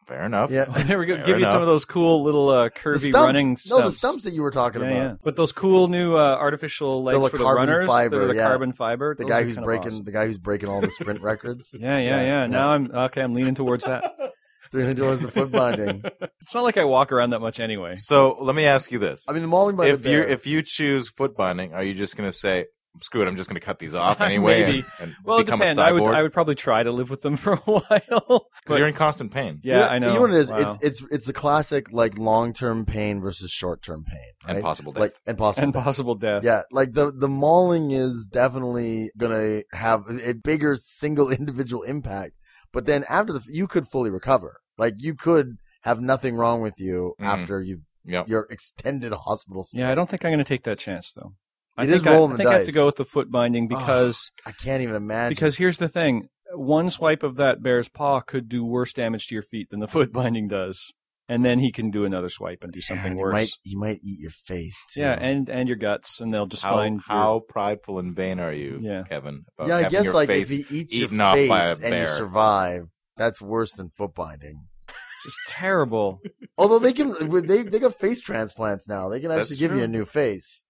S3: Fair enough.
S1: Yeah.
S5: Oh, there we go.
S3: Fair
S5: Give you some
S3: enough.
S5: of those cool little uh, curvy
S1: the stumps.
S5: running stumps.
S1: No, the stumps that you were talking
S5: Yeah,
S1: about.
S5: yeah. But those cool new uh, artificial legs
S1: like
S5: for the
S1: carbon
S5: runners.
S1: fiber,
S5: they're the
S1: yeah.
S5: carbon fiber.
S1: The
S5: Those
S1: guy
S5: are
S1: who's
S5: kinda
S1: breaking
S5: awesome.
S1: the guy who's breaking all the sprint records.
S5: Yeah, yeah, yeah,
S1: Yeah, yeah.
S5: Now I'm okay. I'm leaning towards that.
S1: Three hundred dollars the foot binding.
S5: it's not like I walk around that much anyway.
S3: So let me ask you this:
S1: I mean, the mauling by
S3: if
S1: the
S3: you
S1: bear.
S3: if you choose foot binding, are you just gonna say, "Screw it, I'm just gonna cut these off anyway,"
S5: Maybe.
S3: and, and
S5: Well, it
S3: become a
S5: depends.
S3: cyborg?
S5: I would, I would probably try to live with them for a while.
S3: Because you're in constant pain
S1: You
S5: yeah, I know.
S1: You know what it is?
S5: Wow.
S1: It's it's it's the classic like long term pain versus short term pain, right?
S3: and possible death.
S1: like impossible.
S5: and possible death.
S1: yeah, like the the mauling is definitely gonna have a bigger single individual impact, but then after the you could fully recover. Like you could have nothing wrong with you
S3: Mhm.
S1: after you
S3: yep.
S1: your extended hospital stay.
S5: Mm-hmm. Yeah, I don't think I'm going to take that chance though. I
S1: It
S5: think
S1: is
S5: I,
S1: rolling
S5: I
S1: the
S5: think I have to
S1: dice. Ah,
S5: go with the foot binding because
S1: I can't even imagine
S5: because here's the thing: one swipe of that bear's paw could do worse damage to your feet than the foot binding does, and then he can do another swipe and do something
S1: he
S5: worse.
S1: might he might eat your face. Too.
S5: yeah, and and your guts, and they'll just
S3: How,
S5: find
S3: how prideful and vain are you,
S5: Yeah.
S3: Kevin? About
S1: yeah, I
S3: having
S1: guess
S3: your
S1: like
S3: face
S1: if he eats your
S3: eaten off
S1: face
S3: by a
S1: and you
S3: bear.
S1: survive, that's worse than foot binding.
S5: Your, it's just terrible.
S1: Although they can, they they got face transplants now. They can actually
S3: That's
S1: give you
S3: true.
S1: a new face.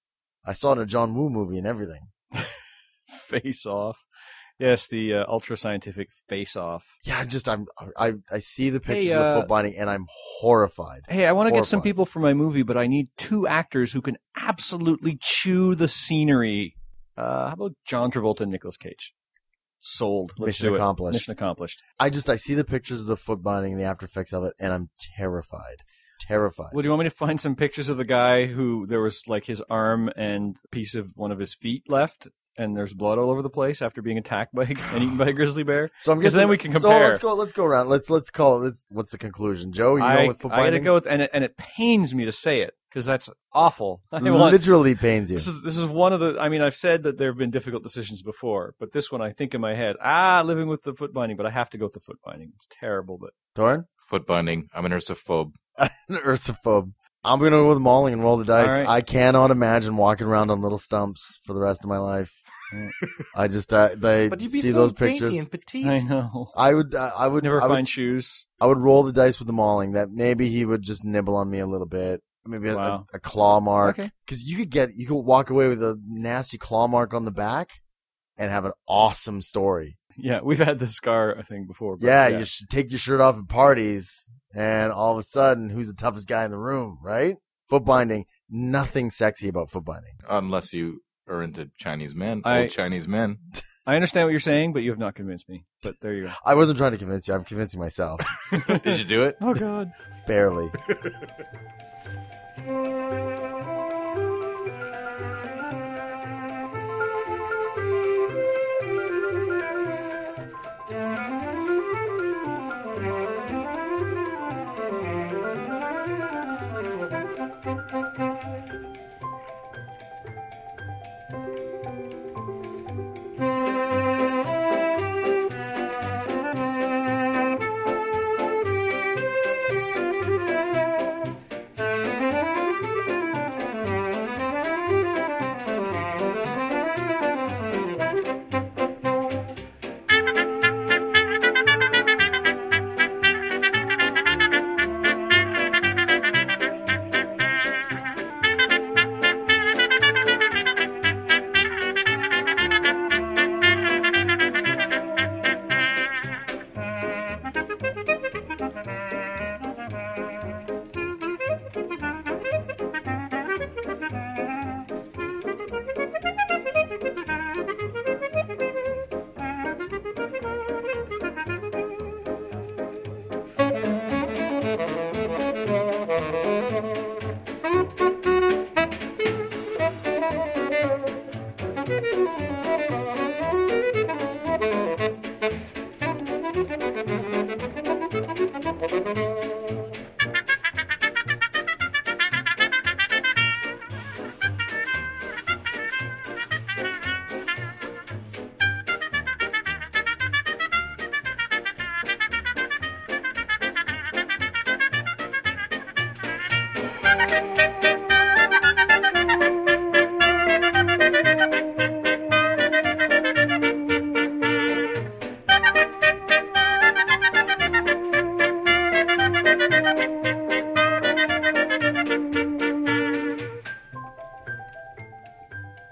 S1: I saw it in a John Woo movie and everything.
S5: face off. Yes, the uh, ultra scientific face off.
S1: Yeah, I just I'm I I see the pictures
S5: uh,
S1: of foot binding and I'm horrified.
S5: Hey, I want to get some
S1: Horrifying.
S5: people for my movie, but I need two actors who can absolutely chew the scenery. Uh, how about John Travolta and Nicolas Cage? Sold. Let's
S1: Mission
S5: do
S1: accomplished.
S5: It. Mission accomplished.
S1: I just I see the pictures of the foot binding and the after effects of it, and I'm terrified, terrified.
S5: Well, do you want me to find some pictures of the guy who there was like his arm and piece of one of his feet left, and there's blood all over the place after being attacked by and eaten by a grizzly bear?
S1: So I'm
S5: 'Cause
S1: guessing
S5: then we can
S1: So
S5: compare.
S1: let's go. Let's go around. Let's let's call. Let's, what's the conclusion, Joe? You know,
S5: I,
S1: with foot
S5: I gotta
S1: binding,
S5: go with, and it, and it pains me to say it because that's awful. I want-
S1: literally pains you.
S5: This is this is one of the. I mean, I've said that there have been difficult decisions before, but this one, I think in my head, ah, living with the foot binding, but I have to go with the foot binding. It's terrible, but
S1: Torn,
S3: Foot binding. I'm an ursophobe.
S1: an ursophobe. I'm gonna go with mauling and roll the dice.
S5: All right.
S1: I cannot imagine walking around on little stumps for the rest of my life. I just uh, they see those pictures.
S3: petite.
S5: I know.
S1: I would uh, I would
S5: Never
S1: I would,
S5: find shoes.
S1: I would roll the dice with the mauling that maybe he would just nibble on me a little bit. Maybe a-
S5: Wow.
S1: a, a claw mark.
S5: Okay.
S1: Because you could get, you could walk away with a nasty claw mark on the back and have an awesome story.
S5: Yeah, we've had this scar thing before. but
S1: Yeah, you should take your shirt off at parties and all of a sudden, who's the toughest guy in the room, right? Foot binding. Nothing sexy about foot binding.
S3: Unless you are into Chinese men,
S5: I-
S3: old Chinese men.
S5: I understand what you're saying, but you have not convinced me. But there you go.
S1: I wasn't trying to convince you. I'm convincing myself.
S3: Did you do it?
S5: Oh God.
S1: Barely.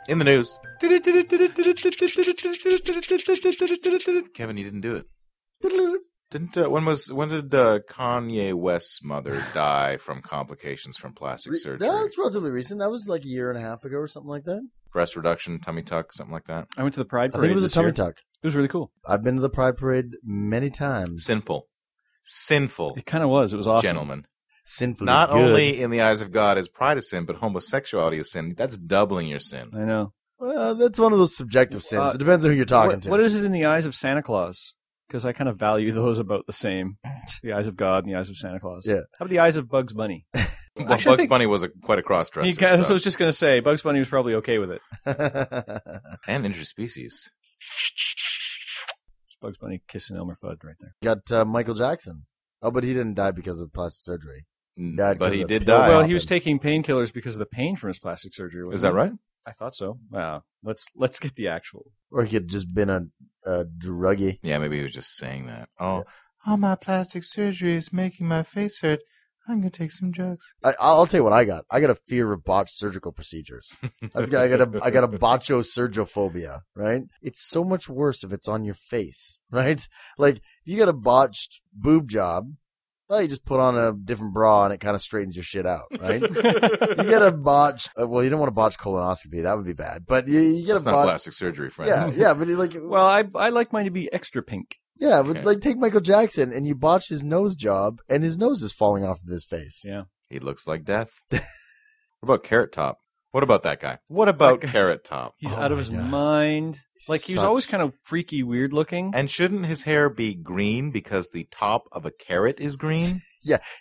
S3: In the news. Kevin, you didn't do it. Didn't uh, when was when did uh, Kanye West's mother die from complications from plastic
S1: Re-
S3: surgery?
S1: That's relatively recent. That was like a year and a half ago or something like that.
S3: Breast reduction, tummy tuck, something like that.
S5: I went to the Pride
S1: I
S5: Parade.
S1: think it was a
S5: this
S1: tummy
S5: year.
S1: tuck.
S5: It was really cool.
S1: I've been to the Pride Parade many times.
S3: Sinful, sinful,
S5: Mm. It kind of was. It was awesome.
S3: gentlemen.
S1: Sinfully
S3: Not
S1: good.
S3: only in the eyes of God is pride a sin, but homosexuality is sin. That's doubling your sin.
S5: I know.
S1: Well, that's one of those subjective sins.
S5: Uh,
S1: it depends on who you're talking
S5: What-
S1: to.
S5: what is it in the eyes of Santa Claus? Because I kind of value those about the same. The eyes of God and the eyes of Santa Claus.
S1: Yeah.
S5: How about the eyes of Bugs Bunny?
S3: Well,
S5: Actually, I
S3: Bugs
S5: think-
S3: Bunny was a, quite a cross dresser.
S5: He kind of, I was just going to say, Bugs Bunny was probably okay with it.
S3: And interspecies.
S5: It's Bugs Bunny kissing Elmer Fudd right there.
S1: Got uh, Michael Jackson. Oh, but he didn't die because of plastic surgery. Yeah,
S3: but he
S1: because
S3: did
S1: of pill
S3: die.
S5: well,
S1: popping.
S5: he was taking painkillers because of the pain from his plastic surgery. wasn't
S3: Is that
S5: he?
S3: right?
S5: I thought so. Wow. Let's let's get the actual.
S1: Or he could have just been a, a druggie.
S3: Yeah, maybe he was just saying that. Oh, all my plastic surgery is making my face hurt. I'm gonna take some drugs.
S1: I, I'll I'll tell you what I got. I got a fear of botched surgical procedures. That's got, I got a I got a botcho surgophobia. Right? It's so much worse if it's on your face. Right? Like if you got a botched boob job, Well, you just put on a different bra and it kind of straightens your shit out, right? you get a botch. uh, Well, you don't want to botch colonoscopy. That would be bad. But you, you get
S3: That's
S1: a
S3: not
S1: botch.
S3: plastic surgery, friend.
S1: Yeah, yeah, but like,
S5: Well, I I like mine to be extra pink.
S1: yeah, but
S3: okay.
S1: like, take Michael Jackson and you botch his nose job, and his nose is falling off of his face.
S5: Yeah.
S3: He looks like death. what about Carrot Top? What about that guy? What about
S5: That guy's-
S3: Carrot Top?
S5: He's
S1: Oh
S5: out
S1: my
S5: of his
S1: God.
S5: mind. Like he was
S1: Sucks.
S5: always kind of freaky, weird looking.
S3: And shouldn't his hair be green because the top of a carrot is green?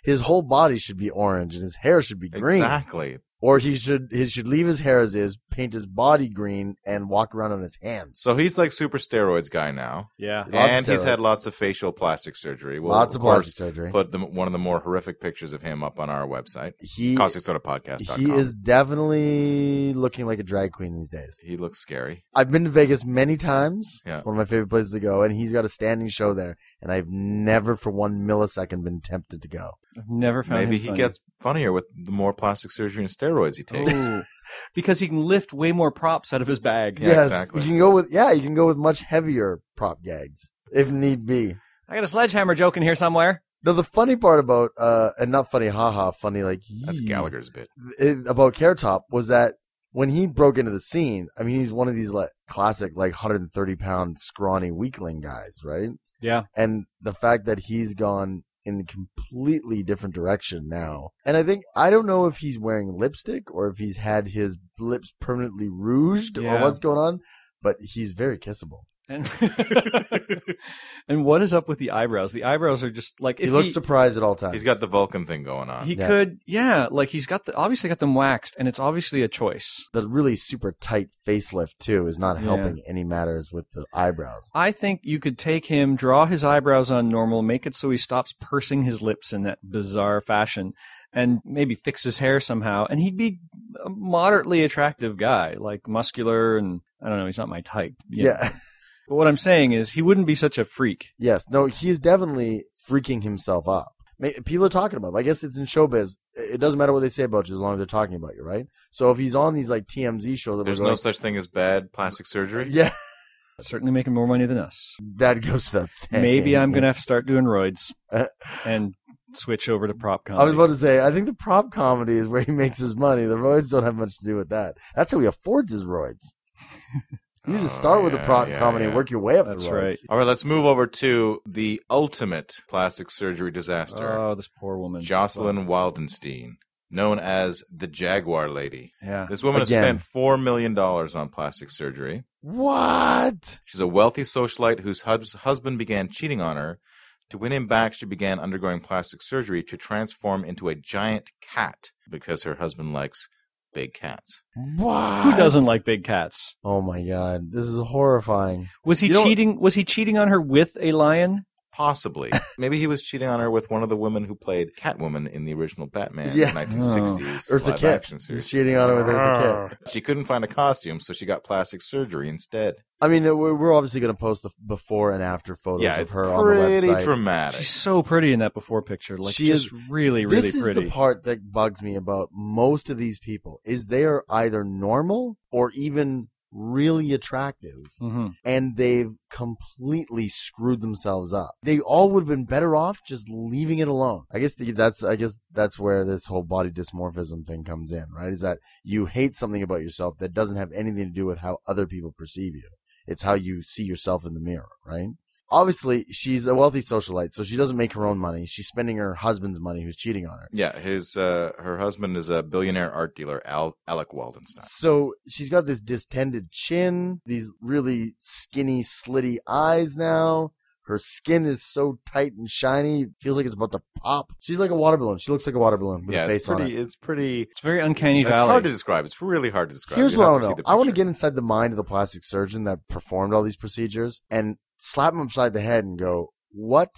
S1: his whole body should be orange and his hair should be green,
S3: Exactly.
S1: or he should he should leave his hair as is, paint his body green, and walk around on his hands.
S3: So he's like super steroids guy now.
S5: yeah.
S1: Lots
S3: and
S1: of
S3: he's had
S1: steroids.
S3: lots of facial plastic surgery. We'll,
S1: Lots of
S3: course,
S1: plastic surgery.
S3: Put the, one of the more horrific pictures of him up on our website,
S1: He
S3: causticsoda
S1: he is definitely looking like a drag queen these days.
S3: He looks scary.
S1: I've been to Vegas many times.
S3: Yeah.
S1: One of my favorite places to go, and he's got a standing show there, and I've never for one millisecond been tempted to go.
S5: I've never found
S3: Maybe
S5: him
S3: he
S5: funny.
S3: gets funnier with the more plastic surgery and steroids he takes.
S1: Oh,
S5: Ooh. because he can lift way more props out of his bag.
S3: Yeah, exactly.
S1: You can go with yeah, you can go with much heavier prop gags if need be.
S5: I got a sledgehammer joke in here somewhere.
S1: Now the funny part about uh and not funny haha, funny like
S3: That's
S1: yee.
S3: Gallagher's bit.
S1: it, about Carrot Top was that when he broke into the scene, I mean, he's one of these like classic, like 130 pound scrawny weakling guys, right?
S5: Yeah.
S1: And the fact that he's gone in a completely different direction now. And I think, I don't know if he's wearing lipstick or if he's had his lips permanently rouged or
S5: Yeah.
S1: what's going on, but he's very kissable.
S5: And and what is up with the eyebrows? The eyebrows are just like
S1: He
S5: if
S1: looks
S5: he,
S1: surprised at all times.
S3: He's got the Vulcan thing going on.
S5: he
S1: Yeah.
S5: could yeah, like he's got the obviously got them waxed and it's obviously a choice.
S1: the really super tight facelift, too, is not
S5: Yeah. Uh,
S1: helping any matters with the eyebrows.
S5: I think you could take him, draw his eyebrows on normal, make it so he stops pursing his lips in that bizarre fashion, and maybe fix his hair somehow, and he'd be a moderately attractive guy, like muscular and I don't know, he's not my type. you know.
S1: yeah.
S5: But what I'm saying is he wouldn't be such a freak.
S1: Yes. No, he's definitely freaking himself up. Ma- People are talking about him. I guess it's in showbiz. It doesn't matter what they say about you as long as they're talking about you, right? So if he's on these like TMZ shows, that
S3: There's
S1: we're
S3: no
S1: going,
S3: such thing as bad plastic surgery.
S1: yeah,
S5: Certainly making more money than us.
S1: that goes to that. Saying.
S5: Maybe I'm gonna have to start doing roids
S1: Uh.
S5: and switch over to prop comedy.
S1: I was about to say. I think the prop comedy is where he makes his money. The roids don't have much to do with that. That's how he affords his roids. You just
S3: Oh,
S1: start with a
S3: yeah,
S1: prop
S3: yeah,
S1: comedy, and
S3: yeah.
S1: work your way up
S5: That's
S1: to roids.
S5: right.
S3: All right, let's move over to the ultimate plastic surgery
S1: Uh,
S3: disaster.
S5: Oh, this poor woman.
S3: Jocelyn Wildenstein, known as the Jaguar Lady.
S5: Yeah.
S3: This woman
S1: Again.
S3: has spent $4 million on plastic surgery.
S1: What?
S3: She's a wealthy socialite whose hus- husband began cheating on her. To win him back, she began undergoing plastic surgery to transform into a giant cat because her husband likes big cats.
S1: What?
S5: Who doesn't like big cats?
S1: Oh my god, this is horrifying.
S5: Was he
S3: You know-
S5: cheating? Was he cheating on her with a lion?
S3: Possibly. Maybe he was cheating on her with one of the women who played Catwoman in the original Batman
S1: Yeah. Oh.
S3: 1960s
S1: Eartha
S3: live
S1: Kitt.
S3: action
S1: He's
S3: series.
S1: cheating on her with Eartha Kitt.
S3: She couldn't find a costume, so she got plastic surgery instead.
S1: I mean, uh, we're we're obviously going to post the before and after photos
S3: yeah,
S1: of
S3: it's
S1: her on the
S3: pretty
S1: website.
S3: dramatic.
S5: She's so pretty in that before picture. Like
S1: She
S5: she just
S1: is-
S5: really, really
S1: this
S5: pretty.
S1: is the part that bugs me about most of these people is they are either normal or even really attractive
S5: Mhm.
S1: and they've completely screwed themselves up they all would have been better off just leaving it alone i guess the, that's i guess that's where this whole body dysmorphism thing comes in right is that you hate something about yourself that doesn't have anything to do with how other people perceive you it's how you see yourself in the mirror right obviously she's a wealthy socialite so she doesn't make her own money she's spending her husband's money who's cheating on her
S3: Yeah, his uh, her husband is a billionaire art dealer, Al- Alec Waldenstein.
S1: so she's got this distended chin these really skinny slitty eyes now her skin is so tight and shiny it feels like it's about to pop she's like a water balloon she looks like a water balloon with
S3: yeah,
S1: a
S3: it's
S1: face on
S3: pretty.
S1: it
S3: It's pretty.
S5: It's very uncanny
S3: It's
S5: valley.
S3: hard to describe. It's really hard to describe.
S1: Here's
S3: You'd
S1: what I
S3: have
S1: want
S3: see
S1: to know.
S3: the
S1: I want to
S3: picture.
S1: get inside the mind of the plastic surgeon that performed all these procedures and slap him upside the head and go, "What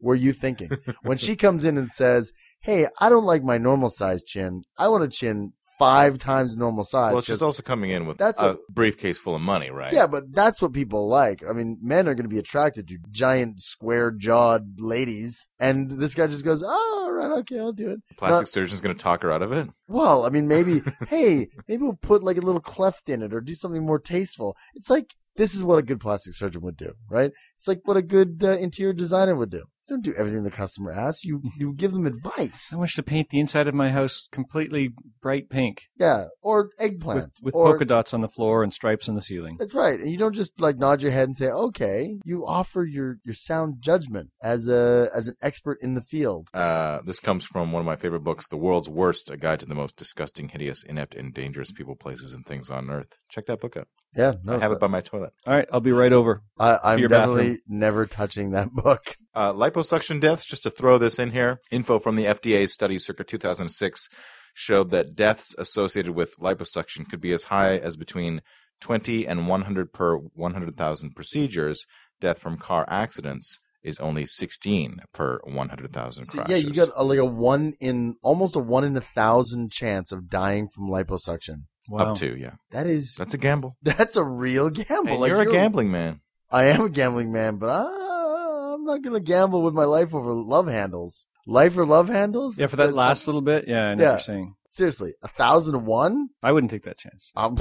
S1: were you thinking?" when she comes in and says, "Hey, I don't like my normal size chin. I want a chin five times normal size."
S3: Well,
S1: 'cause-
S3: she's also coming in with
S1: That's
S3: a,
S1: a-
S3: briefcase full of money, right?
S1: yeah, but that's what people like. I mean, men are going to be attracted to giant, square-jawed ladies, and this guy just goes, "Oh, all right, okay, I'll do it."
S3: Plastic surgeon's going to talk her out of it.
S1: Well, I mean, maybe, hey, maybe we'll put like a little cleft in it or do something more tasteful. It's like, this is what a good plastic surgeon would do, right? It's like what a good uh, interior designer would do. don't do everything the customer asks. You you give them advice.
S5: I wish to paint the inside of my house completely bright pink
S1: Yeah, or eggplant
S5: with, with
S1: or,
S5: polka dots on the floor and stripes on the ceiling.
S1: That's right. And you don't just like nod your head and say, "Okay." You offer your your sound judgment as a as an expert in the field.
S3: Uh, this comes from one of my favorite books, The World's Worst: A Guide to the Most Disgusting, Hideous, Inept, and Dangerous People, Places, and Things on Earth. Check that book out.
S1: Yeah,
S3: I have it by my toilet.
S5: All right, I'll be right over.
S1: I, I'm
S5: your
S1: definitely never touching that book.
S3: Uh, liposuction deaths, just to throw this in here, info from the FDA's study circa 2006 showed that deaths associated with liposuction could be as high as between 20 and 100 per 100,000 procedures. Death from car accidents is only 16 per 100,000
S1: So,
S3: crashes.
S1: yeah, you got a, like a one in almost a one in a thousand chance of dying from liposuction.
S5: Wow.
S3: up to, yeah.
S1: That is
S3: That's a gamble.
S1: that's a real gamble.
S3: And
S1: Like,
S3: you're, a gambling man.
S1: I am a gambling man, but I, I'm not gonna gamble with my life over love handles. Life or love handles?
S5: Yeah, for that last little bit. Yeah, I know
S1: Yeah.
S5: what you're saying.
S1: Seriously, a thousand and one?
S5: I wouldn't take that chance.
S1: Um,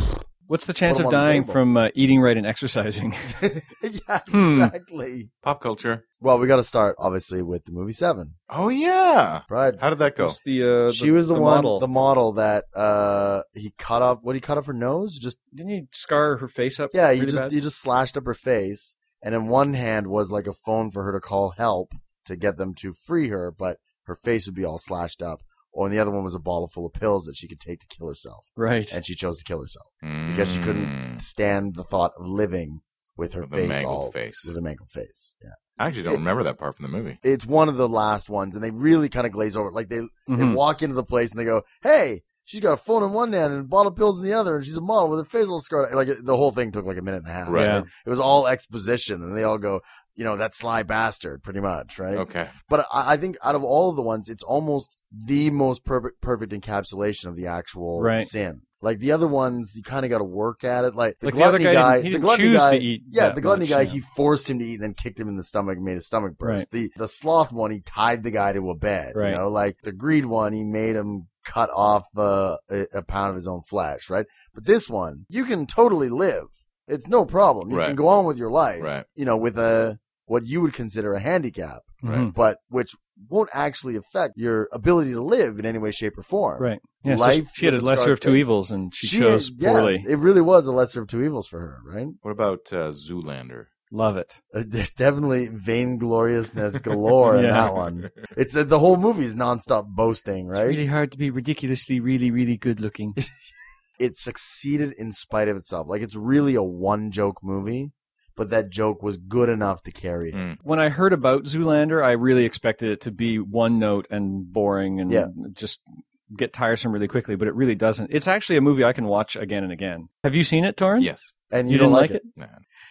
S5: What's the chance
S1: Put 'em
S5: of
S1: on the
S5: dying
S1: table.
S5: from uh, eating right and exercising?
S1: yeah,
S5: Hmm.
S1: exactly.
S3: Pop culture.
S1: Well, we got to start obviously with the movie Seven,
S3: Oh, yeah.
S1: right?
S3: How did that go?
S5: Who's the, uh,
S1: she was the, one,
S5: model.
S1: the model that uh he cut off. What he cut off her nose? Just
S5: Didn't you scar her face up?
S1: yeah, he
S5: really
S1: just
S5: bad?
S1: he just slashed up her face, and in one hand was like a phone for her to call help to get them to free her, but her face would be all slashed up. Or in the other one was a bottle full of pills that she could take to kill herself,
S5: right.
S1: and she chose to kill herself because she couldn't
S3: Mm.
S1: stand the thought of living with her
S3: With a
S1: face
S3: mangled
S1: all
S3: face.
S1: with a mangled face. Yeah.
S3: I actually don't remember that part from the movie.
S1: It's one of the last ones, and they really kind of glaze over. it. Like they They
S5: Mhm.
S1: walk into the place and they go, "Hey, she's got a phone in one hand and a bottle of pills in the other, and she's a model with her face all scarred." Like the whole thing took like a minute and a half.
S3: Right.
S5: Yeah.
S1: It was all exposition, and they all go, "You know, that sly bastard," pretty much, right?
S3: Okay.
S1: But I, I think out of all of the ones, it's almost the most perfect, perfect encapsulation of the actual
S5: Right.
S1: sin. Like the other ones, you kind of got to work at it. Like the
S5: Like the other
S1: gluttony
S5: guy
S1: guy,
S5: didn't- he
S1: the
S5: didn't
S1: gluttony
S5: choose
S1: guy,
S5: to eat
S1: yeah,
S5: that
S1: the gluttony
S5: much,
S1: guy,
S5: yeah.
S1: he forced him to eat, and then kicked him in the stomach, and made his stomach burst. The the sloth one, he tied the guy to a bed.
S5: Right.
S1: You know, like the greed one, he made him cut off uh, a, a pound of his own flesh. Right. But this one, you can totally live. It's no problem. You
S3: Right.
S1: can go on with your life.
S3: Right.
S1: You know, with a what you would consider a handicap
S5: Mhm.
S3: Right.
S1: but which won't actually affect your ability to live in any way, shape, or form.
S5: Right. Yeah, so
S1: Life
S5: she had a
S1: with a
S5: lesser of
S1: scarred
S5: two
S1: face.
S5: evils, and she, chose
S1: yeah,
S5: poorly.
S1: it really was a lesser of two evils for her, right?
S3: What about uh, Zoolander?
S5: Love it.
S1: Uh, There's definitely vaingloriousness galore in
S5: Yeah.
S1: that one. It's uh, the whole movie is nonstop boasting,
S5: It's
S1: right?
S5: really hard to be ridiculously, really, really good looking.
S1: it succeeded in spite of itself. Like it's really a one joke movie, but that joke was good enough to carry it.
S3: Mm.
S5: when I heard about Zoolander, I really expected it to be one note and boring and
S1: Yeah.
S5: just get tiresome really quickly, but it really doesn't. It's actually a movie I can watch again and again. Have you seen it, Torrin?
S3: Yes.
S1: And
S5: You,
S1: you,
S5: didn't
S1: don't
S5: like it?
S3: Nah.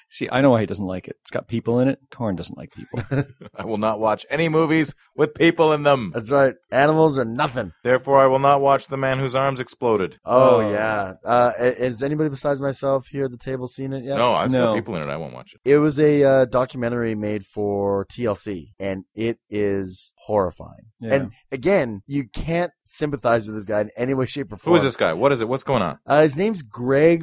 S5: See, I know why he doesn't like it. It's got people in it. Torrin doesn't like people.
S3: I will not watch any movies with people in them.
S1: That's right. Animals are nothing.
S3: Therefore, I will not watch The Man Whose Arms Exploded.
S1: Oh,
S5: Oh.
S1: yeah. Uh, a- has anybody besides myself here at the table seen it yet?
S3: No, I've
S5: No.
S3: got people in it. I won't watch it.
S1: It was a uh, documentary made for TLC, and it is horrifying.
S5: Yeah.
S1: And again, you can't sympathize with this guy in any way, shape, or
S3: Who
S1: form.
S3: is this guy? What is it? What's going on?
S1: Uh, his name's Greg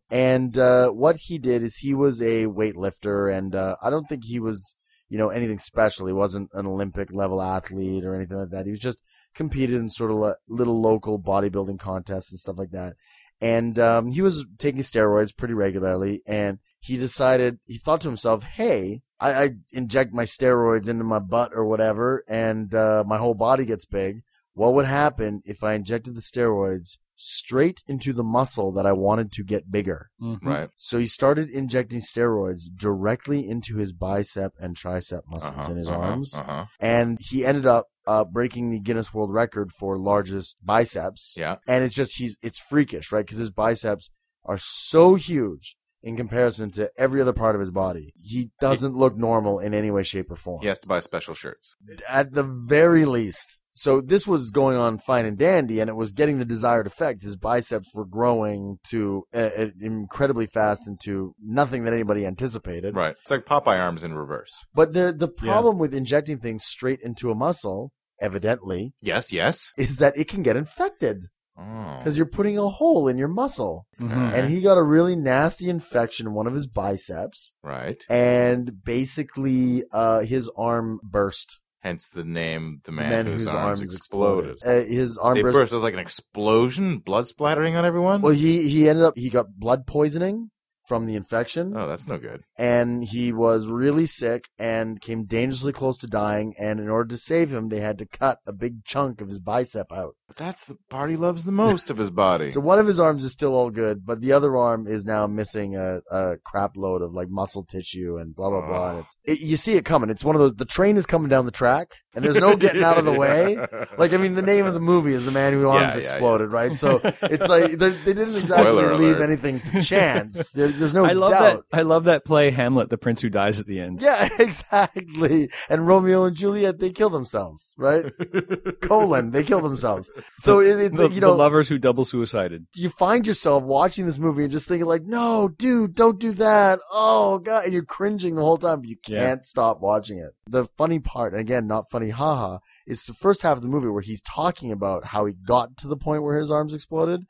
S1: Valentino, and uh, what he did is he was a weightlifter, and uh, I don't think he was, you know, anything special. He wasn't an Olympic level athlete or anything like that. He was just competed in sort of li- little local bodybuilding contests and stuff like that. And um, he was taking steroids pretty regularly, and he decided he thought to himself, "Hey." I, I inject my steroids into my butt or whatever, and uh, my whole body gets big what would happen if I injected the steroids straight into the muscle that I wanted to get bigger?
S5: Mhm.
S3: Right.
S1: So he started injecting steroids directly into his bicep and tricep muscles in his arms.
S3: Uh-huh.
S1: And he ended up uh, breaking the Guinness World Record for largest biceps.
S3: Yeah.
S1: And it's just, he's, it's freakish, right? Because his biceps are so huge in comparison to every other part of his body. He doesn't look normal in any way, shape, or form
S3: He has to buy special shirts.
S1: at the very least. So this was going on fine and dandy, and it was getting the desired effect. His biceps were growing to uh, uh, incredibly fast into nothing that anybody anticipated.
S3: Right. It's like Popeye arms in reverse.
S1: But the the problem with injecting things straight into a muscle, evidently,
S3: Yes, yes.
S1: is that it can get infected.
S3: Oh.
S1: because you're putting a hole in your muscle.
S5: Mhm.
S3: Mm-hmm.
S1: And he got a really nasty infection in one of his biceps,
S3: right.
S1: and basically uh, his arm burst.
S3: Hence the name, the
S1: The
S3: man, whose, arms, exploded.
S1: Uh, his arm
S3: They
S1: burst.
S3: burst. It was like an explosion, blood splattering on everyone.
S1: Well, he he ended up he got blood poisoning from the infection,
S3: oh, that's no good.
S1: and he was really sick and came dangerously close to dying. And in order to save him, they had to cut a big chunk of his bicep out.
S3: But that's the part he loves the most of his body.
S1: So one of his arms is still all good, but the other arm is now missing a, a crap load of like muscle tissue and blah blah blah.
S3: Oh.
S1: And it's, it, you see it coming. It's one of those. The train is coming down the track, and there's no getting out of the way. Like I mean, the name of the movie is "The Man Who
S3: Yeah,
S1: Arms
S3: yeah,
S1: Exploded," right? So it's like they they didn't exactly
S3: Spoiler
S1: leave
S3: alert.
S1: anything to chance. There, there's no
S5: I love
S1: doubt.
S5: that. I love that play, Hamlet, the prince who dies at the end.
S1: Yeah, exactly. And Romeo and Juliet, they kill themselves, right? Colon, they kill themselves. So it, it's
S5: the,
S1: like, you
S5: the
S1: know,
S5: lovers who double suicided.
S1: you find yourself watching this movie and just thinking like, no, dude, don't do that. Oh god, and you're cringing the whole time, but you
S5: Yeah.
S1: can't stop watching it. The funny part, and again, not funny, haha, is the first half of the movie where he's talking about how he got to the point where his arms exploded.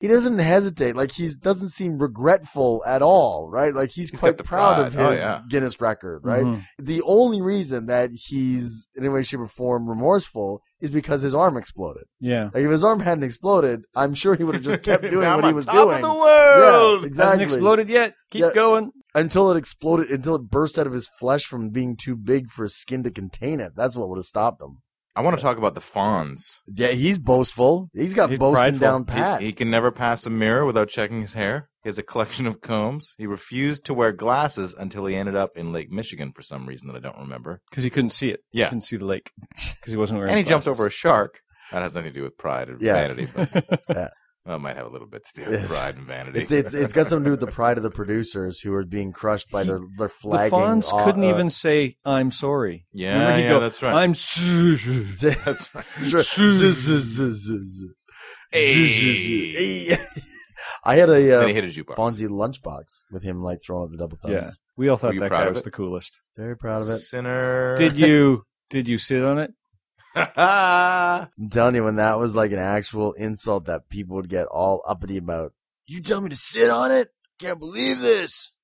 S1: He doesn't hesitate. Like he doesn't seem regretful at all, right? Like he's,
S3: He's got
S1: quite
S3: the
S1: proud of his
S3: pride. Oh, yeah. Mm-hmm.
S1: Guinness record, right?
S5: Mhm.
S1: The only reason that he's in any way, shape, or form remorseful is because his arm exploded.
S5: Yeah.
S1: Like if his arm hadn't exploded, I'm sure he would have just kept doing
S3: Now
S1: what he
S3: I'm on
S1: was
S3: top
S1: doing.
S3: Of the world.
S1: Yeah,
S5: Hasn't
S1: exactly.
S5: exploded yet. Keep
S1: Yeah.
S5: going.
S1: Until it exploded, until it burst out of his flesh from being too big for his skin to contain it. That's what would have stopped him.
S3: I want to talk about the Fonz.
S1: Yeah, he's boastful. He's got
S5: He's
S1: boasting
S5: prideful.
S1: down
S3: He-
S1: pat.
S3: He, can never pass a mirror without checking his hair. He has a collection of combs. He refused to wear glasses until he ended up in Lake Michigan for some reason that I don't remember.
S5: Because he couldn't see it.
S3: Yeah.
S5: Couldn't see the lake. Because he wasn't wearing
S3: And he jumped
S5: glasses.
S3: over a shark. That has nothing to do with pride and
S1: Yeah.
S3: vanity, but
S1: Yeah.
S3: well, it might have a little bit to do with
S1: It's-
S3: pride and vanity.
S1: it's, it's it's got something to do with the pride of the producers who are being crushed by their their
S5: The
S1: flagging.
S5: Fonz
S1: uh,
S5: couldn't
S1: uh,
S5: even say "I'm sorry."
S3: yeah,
S5: Remember he'd
S3: yeah,
S5: go,
S3: that's right.
S5: I'm sorry.
S3: that's right. Hey.
S1: Hey. I had a
S3: Then he
S1: uh,
S3: hit a jukebox.
S1: Fonzie lunchbox with him like throwing up the double thumbs.
S5: Yeah, we all
S3: Were
S5: thought
S3: you
S5: that
S3: proud
S5: guy
S3: of
S5: was
S3: it?
S5: the coolest.
S1: Very proud of it.
S3: Sinner.
S5: Did you? did you sit on it?
S1: I'm telling you, when that was like an actual insult that people would get all uppity about. You tell me to sit on it? Can't believe this.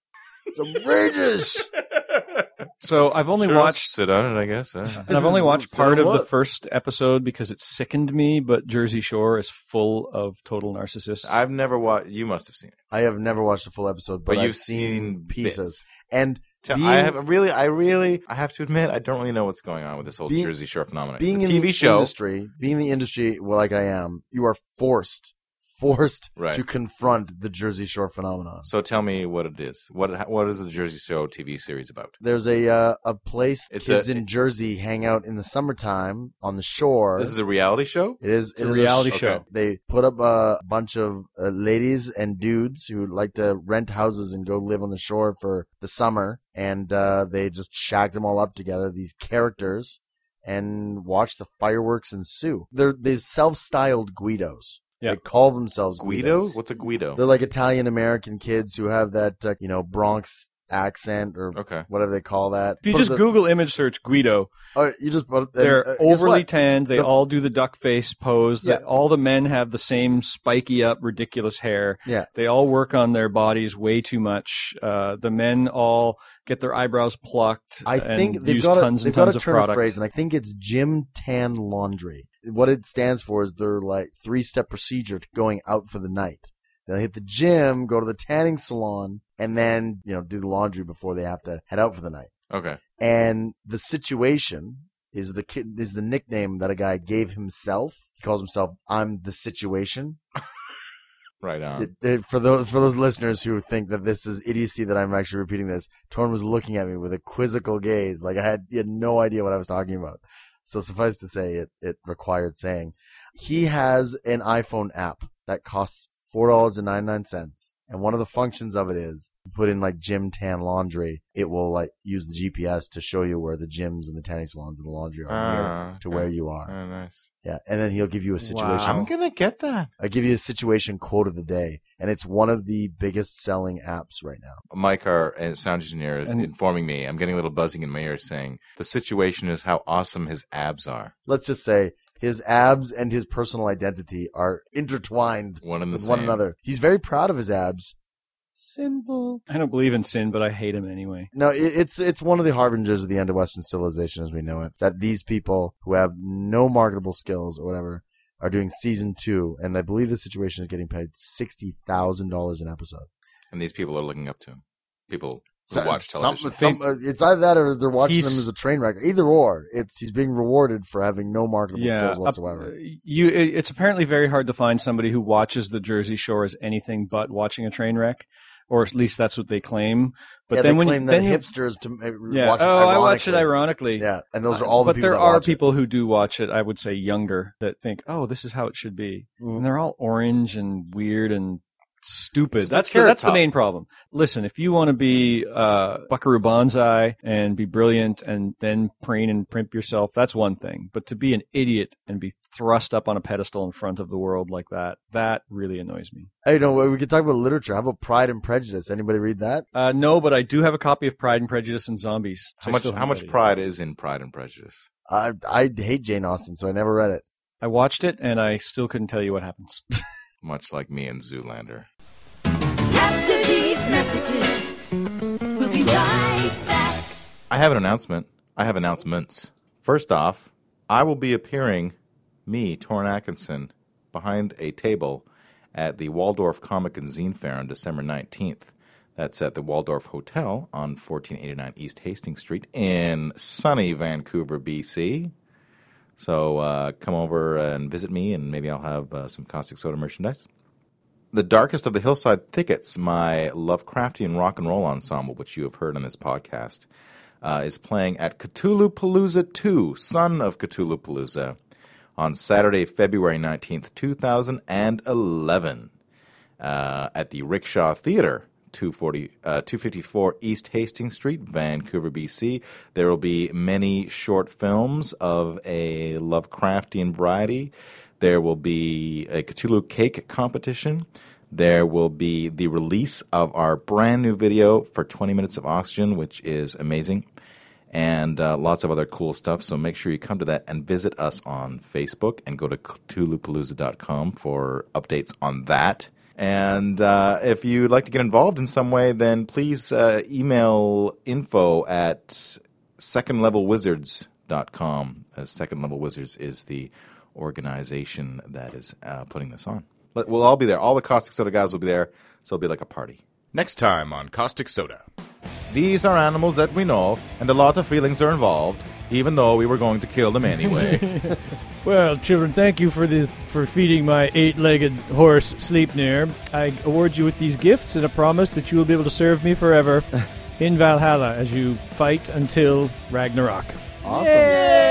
S1: It's outrageous.
S5: So I've only
S3: Sure, I'll
S5: watched.
S3: sit on it, I guess. huh?
S5: And I've only watched
S1: So
S5: part of the
S1: what?
S5: first episode because it sickened me, but Jersey Shore is full of total narcissists.
S3: I've never watched. You must have seen it,
S1: I have never watched a full episode, but,
S3: but,
S1: I've
S3: you've seen
S1: pieces.
S3: bits.
S1: And
S3: Tell-
S1: Being-
S3: I have really, I really, I have to admit, I don't really know what's going on with this whole
S1: Being-
S3: Jersey Shore phenomenon.
S1: being
S3: it's a
S1: in
S3: TV
S1: the
S3: show,
S1: industry, being in the industry well, like I am, you are forced, forced
S3: Right.
S1: to confront the Jersey Shore phenomenon.
S3: so tell me what it is. What what is the Jersey Shore TV series about?
S1: There's a uh, a place
S3: It's
S1: kids
S3: a-
S1: in Jersey hang out in the summertime on the shore.
S3: This is a reality show.
S1: It is
S5: It's a
S1: it is
S5: reality
S1: sh-
S5: show.
S1: okay. They put up a bunch of uh, ladies and dudes who like to rent houses and go live on the shore for the summer, and uh, they just shack them all up together. These characters. And watch the fireworks ensue. They're they self-styled Guidos.
S5: Yeah.
S1: They call themselves
S3: Guido?
S1: Guidos.
S3: What's a Guido?
S1: They're like Italian American kids who have that uh, you know Bronx accent or
S3: okay.
S1: whatever they call that.
S5: if you
S1: Put
S5: just
S1: the-
S5: Google image search Guido,
S1: or you just put- and,
S5: they're
S1: uh, guess
S5: overly
S1: what?
S5: tanned. They
S1: The-
S5: all do the duck face pose. That
S1: Yeah.
S5: all the men have the same spiky up, ridiculous hair.
S1: Yeah.
S5: They all work on their bodies way too much. Uh, the men all get their eyebrows plucked.
S1: I
S5: and
S1: think they've
S5: use
S1: got a,
S5: tons
S1: they've
S5: and tons
S1: got a
S5: of
S1: turn
S5: product.
S1: of phrase, and I think it's gym tan laundry. What it stands for is their like three step procedure to going out for the night. They'll hit the gym, go to the tanning salon, and then you know do the laundry before they have to head out for the night.
S3: Okay.
S1: And the situation is the kid is the nickname that a guy gave himself. He calls himself "I'm the situation."
S3: Right on.
S1: It- it- for those for those listeners who think that this is idiocy that I'm actually repeating this, Torn was looking at me with a quizzical gaze, like I had he had no idea what I was talking about. So suffice to say, it it required saying. He has an iPhone app that costs four dollars and ninety nine cents, and one of the functions of it is you put in like gym tan laundry. It will like use the GPS to show you where the gyms and the tanning salons and the laundry are near
S3: Ah,
S1: to
S3: okay.
S1: where you are.
S3: Ah, nice.
S1: Yeah, and then he'll give you a situation.
S5: Wow.
S3: I'm gonna get that.
S1: I give you a situation quote of the day, and it's one of the biggest selling apps right now.
S3: Mike, our uh, sound engineer, is
S5: And-
S3: informing me. I'm getting a little buzzing in my ears, saying the situation is how awesome his abs are.
S1: Let's just say His abs and his personal identity are intertwined
S3: One and the
S1: with
S3: same.
S1: one another. He's very proud of his abs. Sinful.
S5: I don't believe in sin, but I hate him anyway.
S1: No, it, it's it's one of the harbingers of the end of Western civilization as we know it. That these people who have no marketable skills or whatever are doing season two, and I believe the situation is getting paid sixty thousand dollars an episode.
S3: And these people are looking up to him. People who
S1: So-
S3: watch
S1: some-
S3: television.
S1: some- uh, it's either that or they're watching
S5: He's-
S1: him as a train wreck. Either or, it's he's being rewarded for having no marketable skills
S5: up-
S1: whatsoever.
S5: you, it- it's apparently very hard to find somebody who watches the Jersey Shore as anything but watching a train wreck, or at least that's what they claim. But
S1: yeah,
S5: then
S1: they
S5: when
S1: claim
S5: you,
S1: that
S5: then you-
S1: hipsters to uh,
S5: yeah,
S1: watch it
S5: oh, I watch it
S1: ironically.
S5: ironically.
S1: Yeah, and those are all the
S5: but
S1: people.
S5: there
S1: that
S5: are
S1: watch it.
S5: people who do watch it. I would say younger that think, "Oh, this is how it should be,"
S1: Mm.
S5: and they're all orange and weird and stupid.
S3: Just a
S5: that's the,
S3: carrot
S5: that's the
S3: top.
S5: main problem. Listen, if you want to be uh, Buckaroo Banzai and be brilliant and then preen and primp yourself, that's one thing. But to be an idiot and be thrust up on a pedestal in front of the world like that, that really annoys me.
S1: Hey, you know, we could talk about literature. How about Pride and Prejudice? Anybody read that?
S5: Uh, no, but I do have a copy of Pride and Prejudice and Zombies.
S3: how
S5: I
S3: much
S5: still
S3: how
S5: haven't
S3: much
S5: read it.
S3: pride is in Pride and Prejudice?
S1: I I hate Jane Austen, so I never read it.
S5: I watched it and I still couldn't tell you what happens.
S3: Much like me and Zoolander.
S6: After these messages, we'll be right back.
S3: I have an announcement. I have announcements. First off, I will be appearing, me, Torrin Atkinson, behind a table at the Waldorf Comic and Zine Fair on December 19th. That's at the Waldorf Hotel on 1489 East Hastings Street in sunny Vancouver, BC. So uh, come over and visit me, and maybe I'll have uh, some caustic soda merchandise. The Darkest of the Hillside Thickets, my Lovecraftian rock and roll ensemble, which you have heard on this podcast, uh, is playing at Cthulhu Palooza 2, Son of Cthulhu Palooza, on Saturday, February 19th, 2011, uh, at the Rickshaw Theater. 240, uh, 254 East Hastings Street, Vancouver, BC. There will be many short films of a Lovecraftian variety. There will be a Cthulhu cake competition. There will be the release of our brand new video for 20 Minutes of Oxygen, which is amazing, and uh, lots of other cool stuff. So make sure you come to that and visit us on Facebook and go to CthulhuPalooza.com for updates on that. And uh, if you'd like to get involved in some way, then please uh, email info at secondlevelwizards.com. As Second Level Wizards is the organization that is uh, putting this on. But we'll all be there. All the Caustic Soda guys will be there, so it'll be like a party.
S7: Next time on Caustic Soda.
S3: These are animals that we know, and a lot of feelings are involved, even though we were going to kill them anyway.
S8: Well, children, thank you for the for feeding my eight-legged horse Sleipnir. I award you with these gifts and a promise that you will be able to serve me forever in Valhalla as you fight until Ragnarok.
S1: Awesome.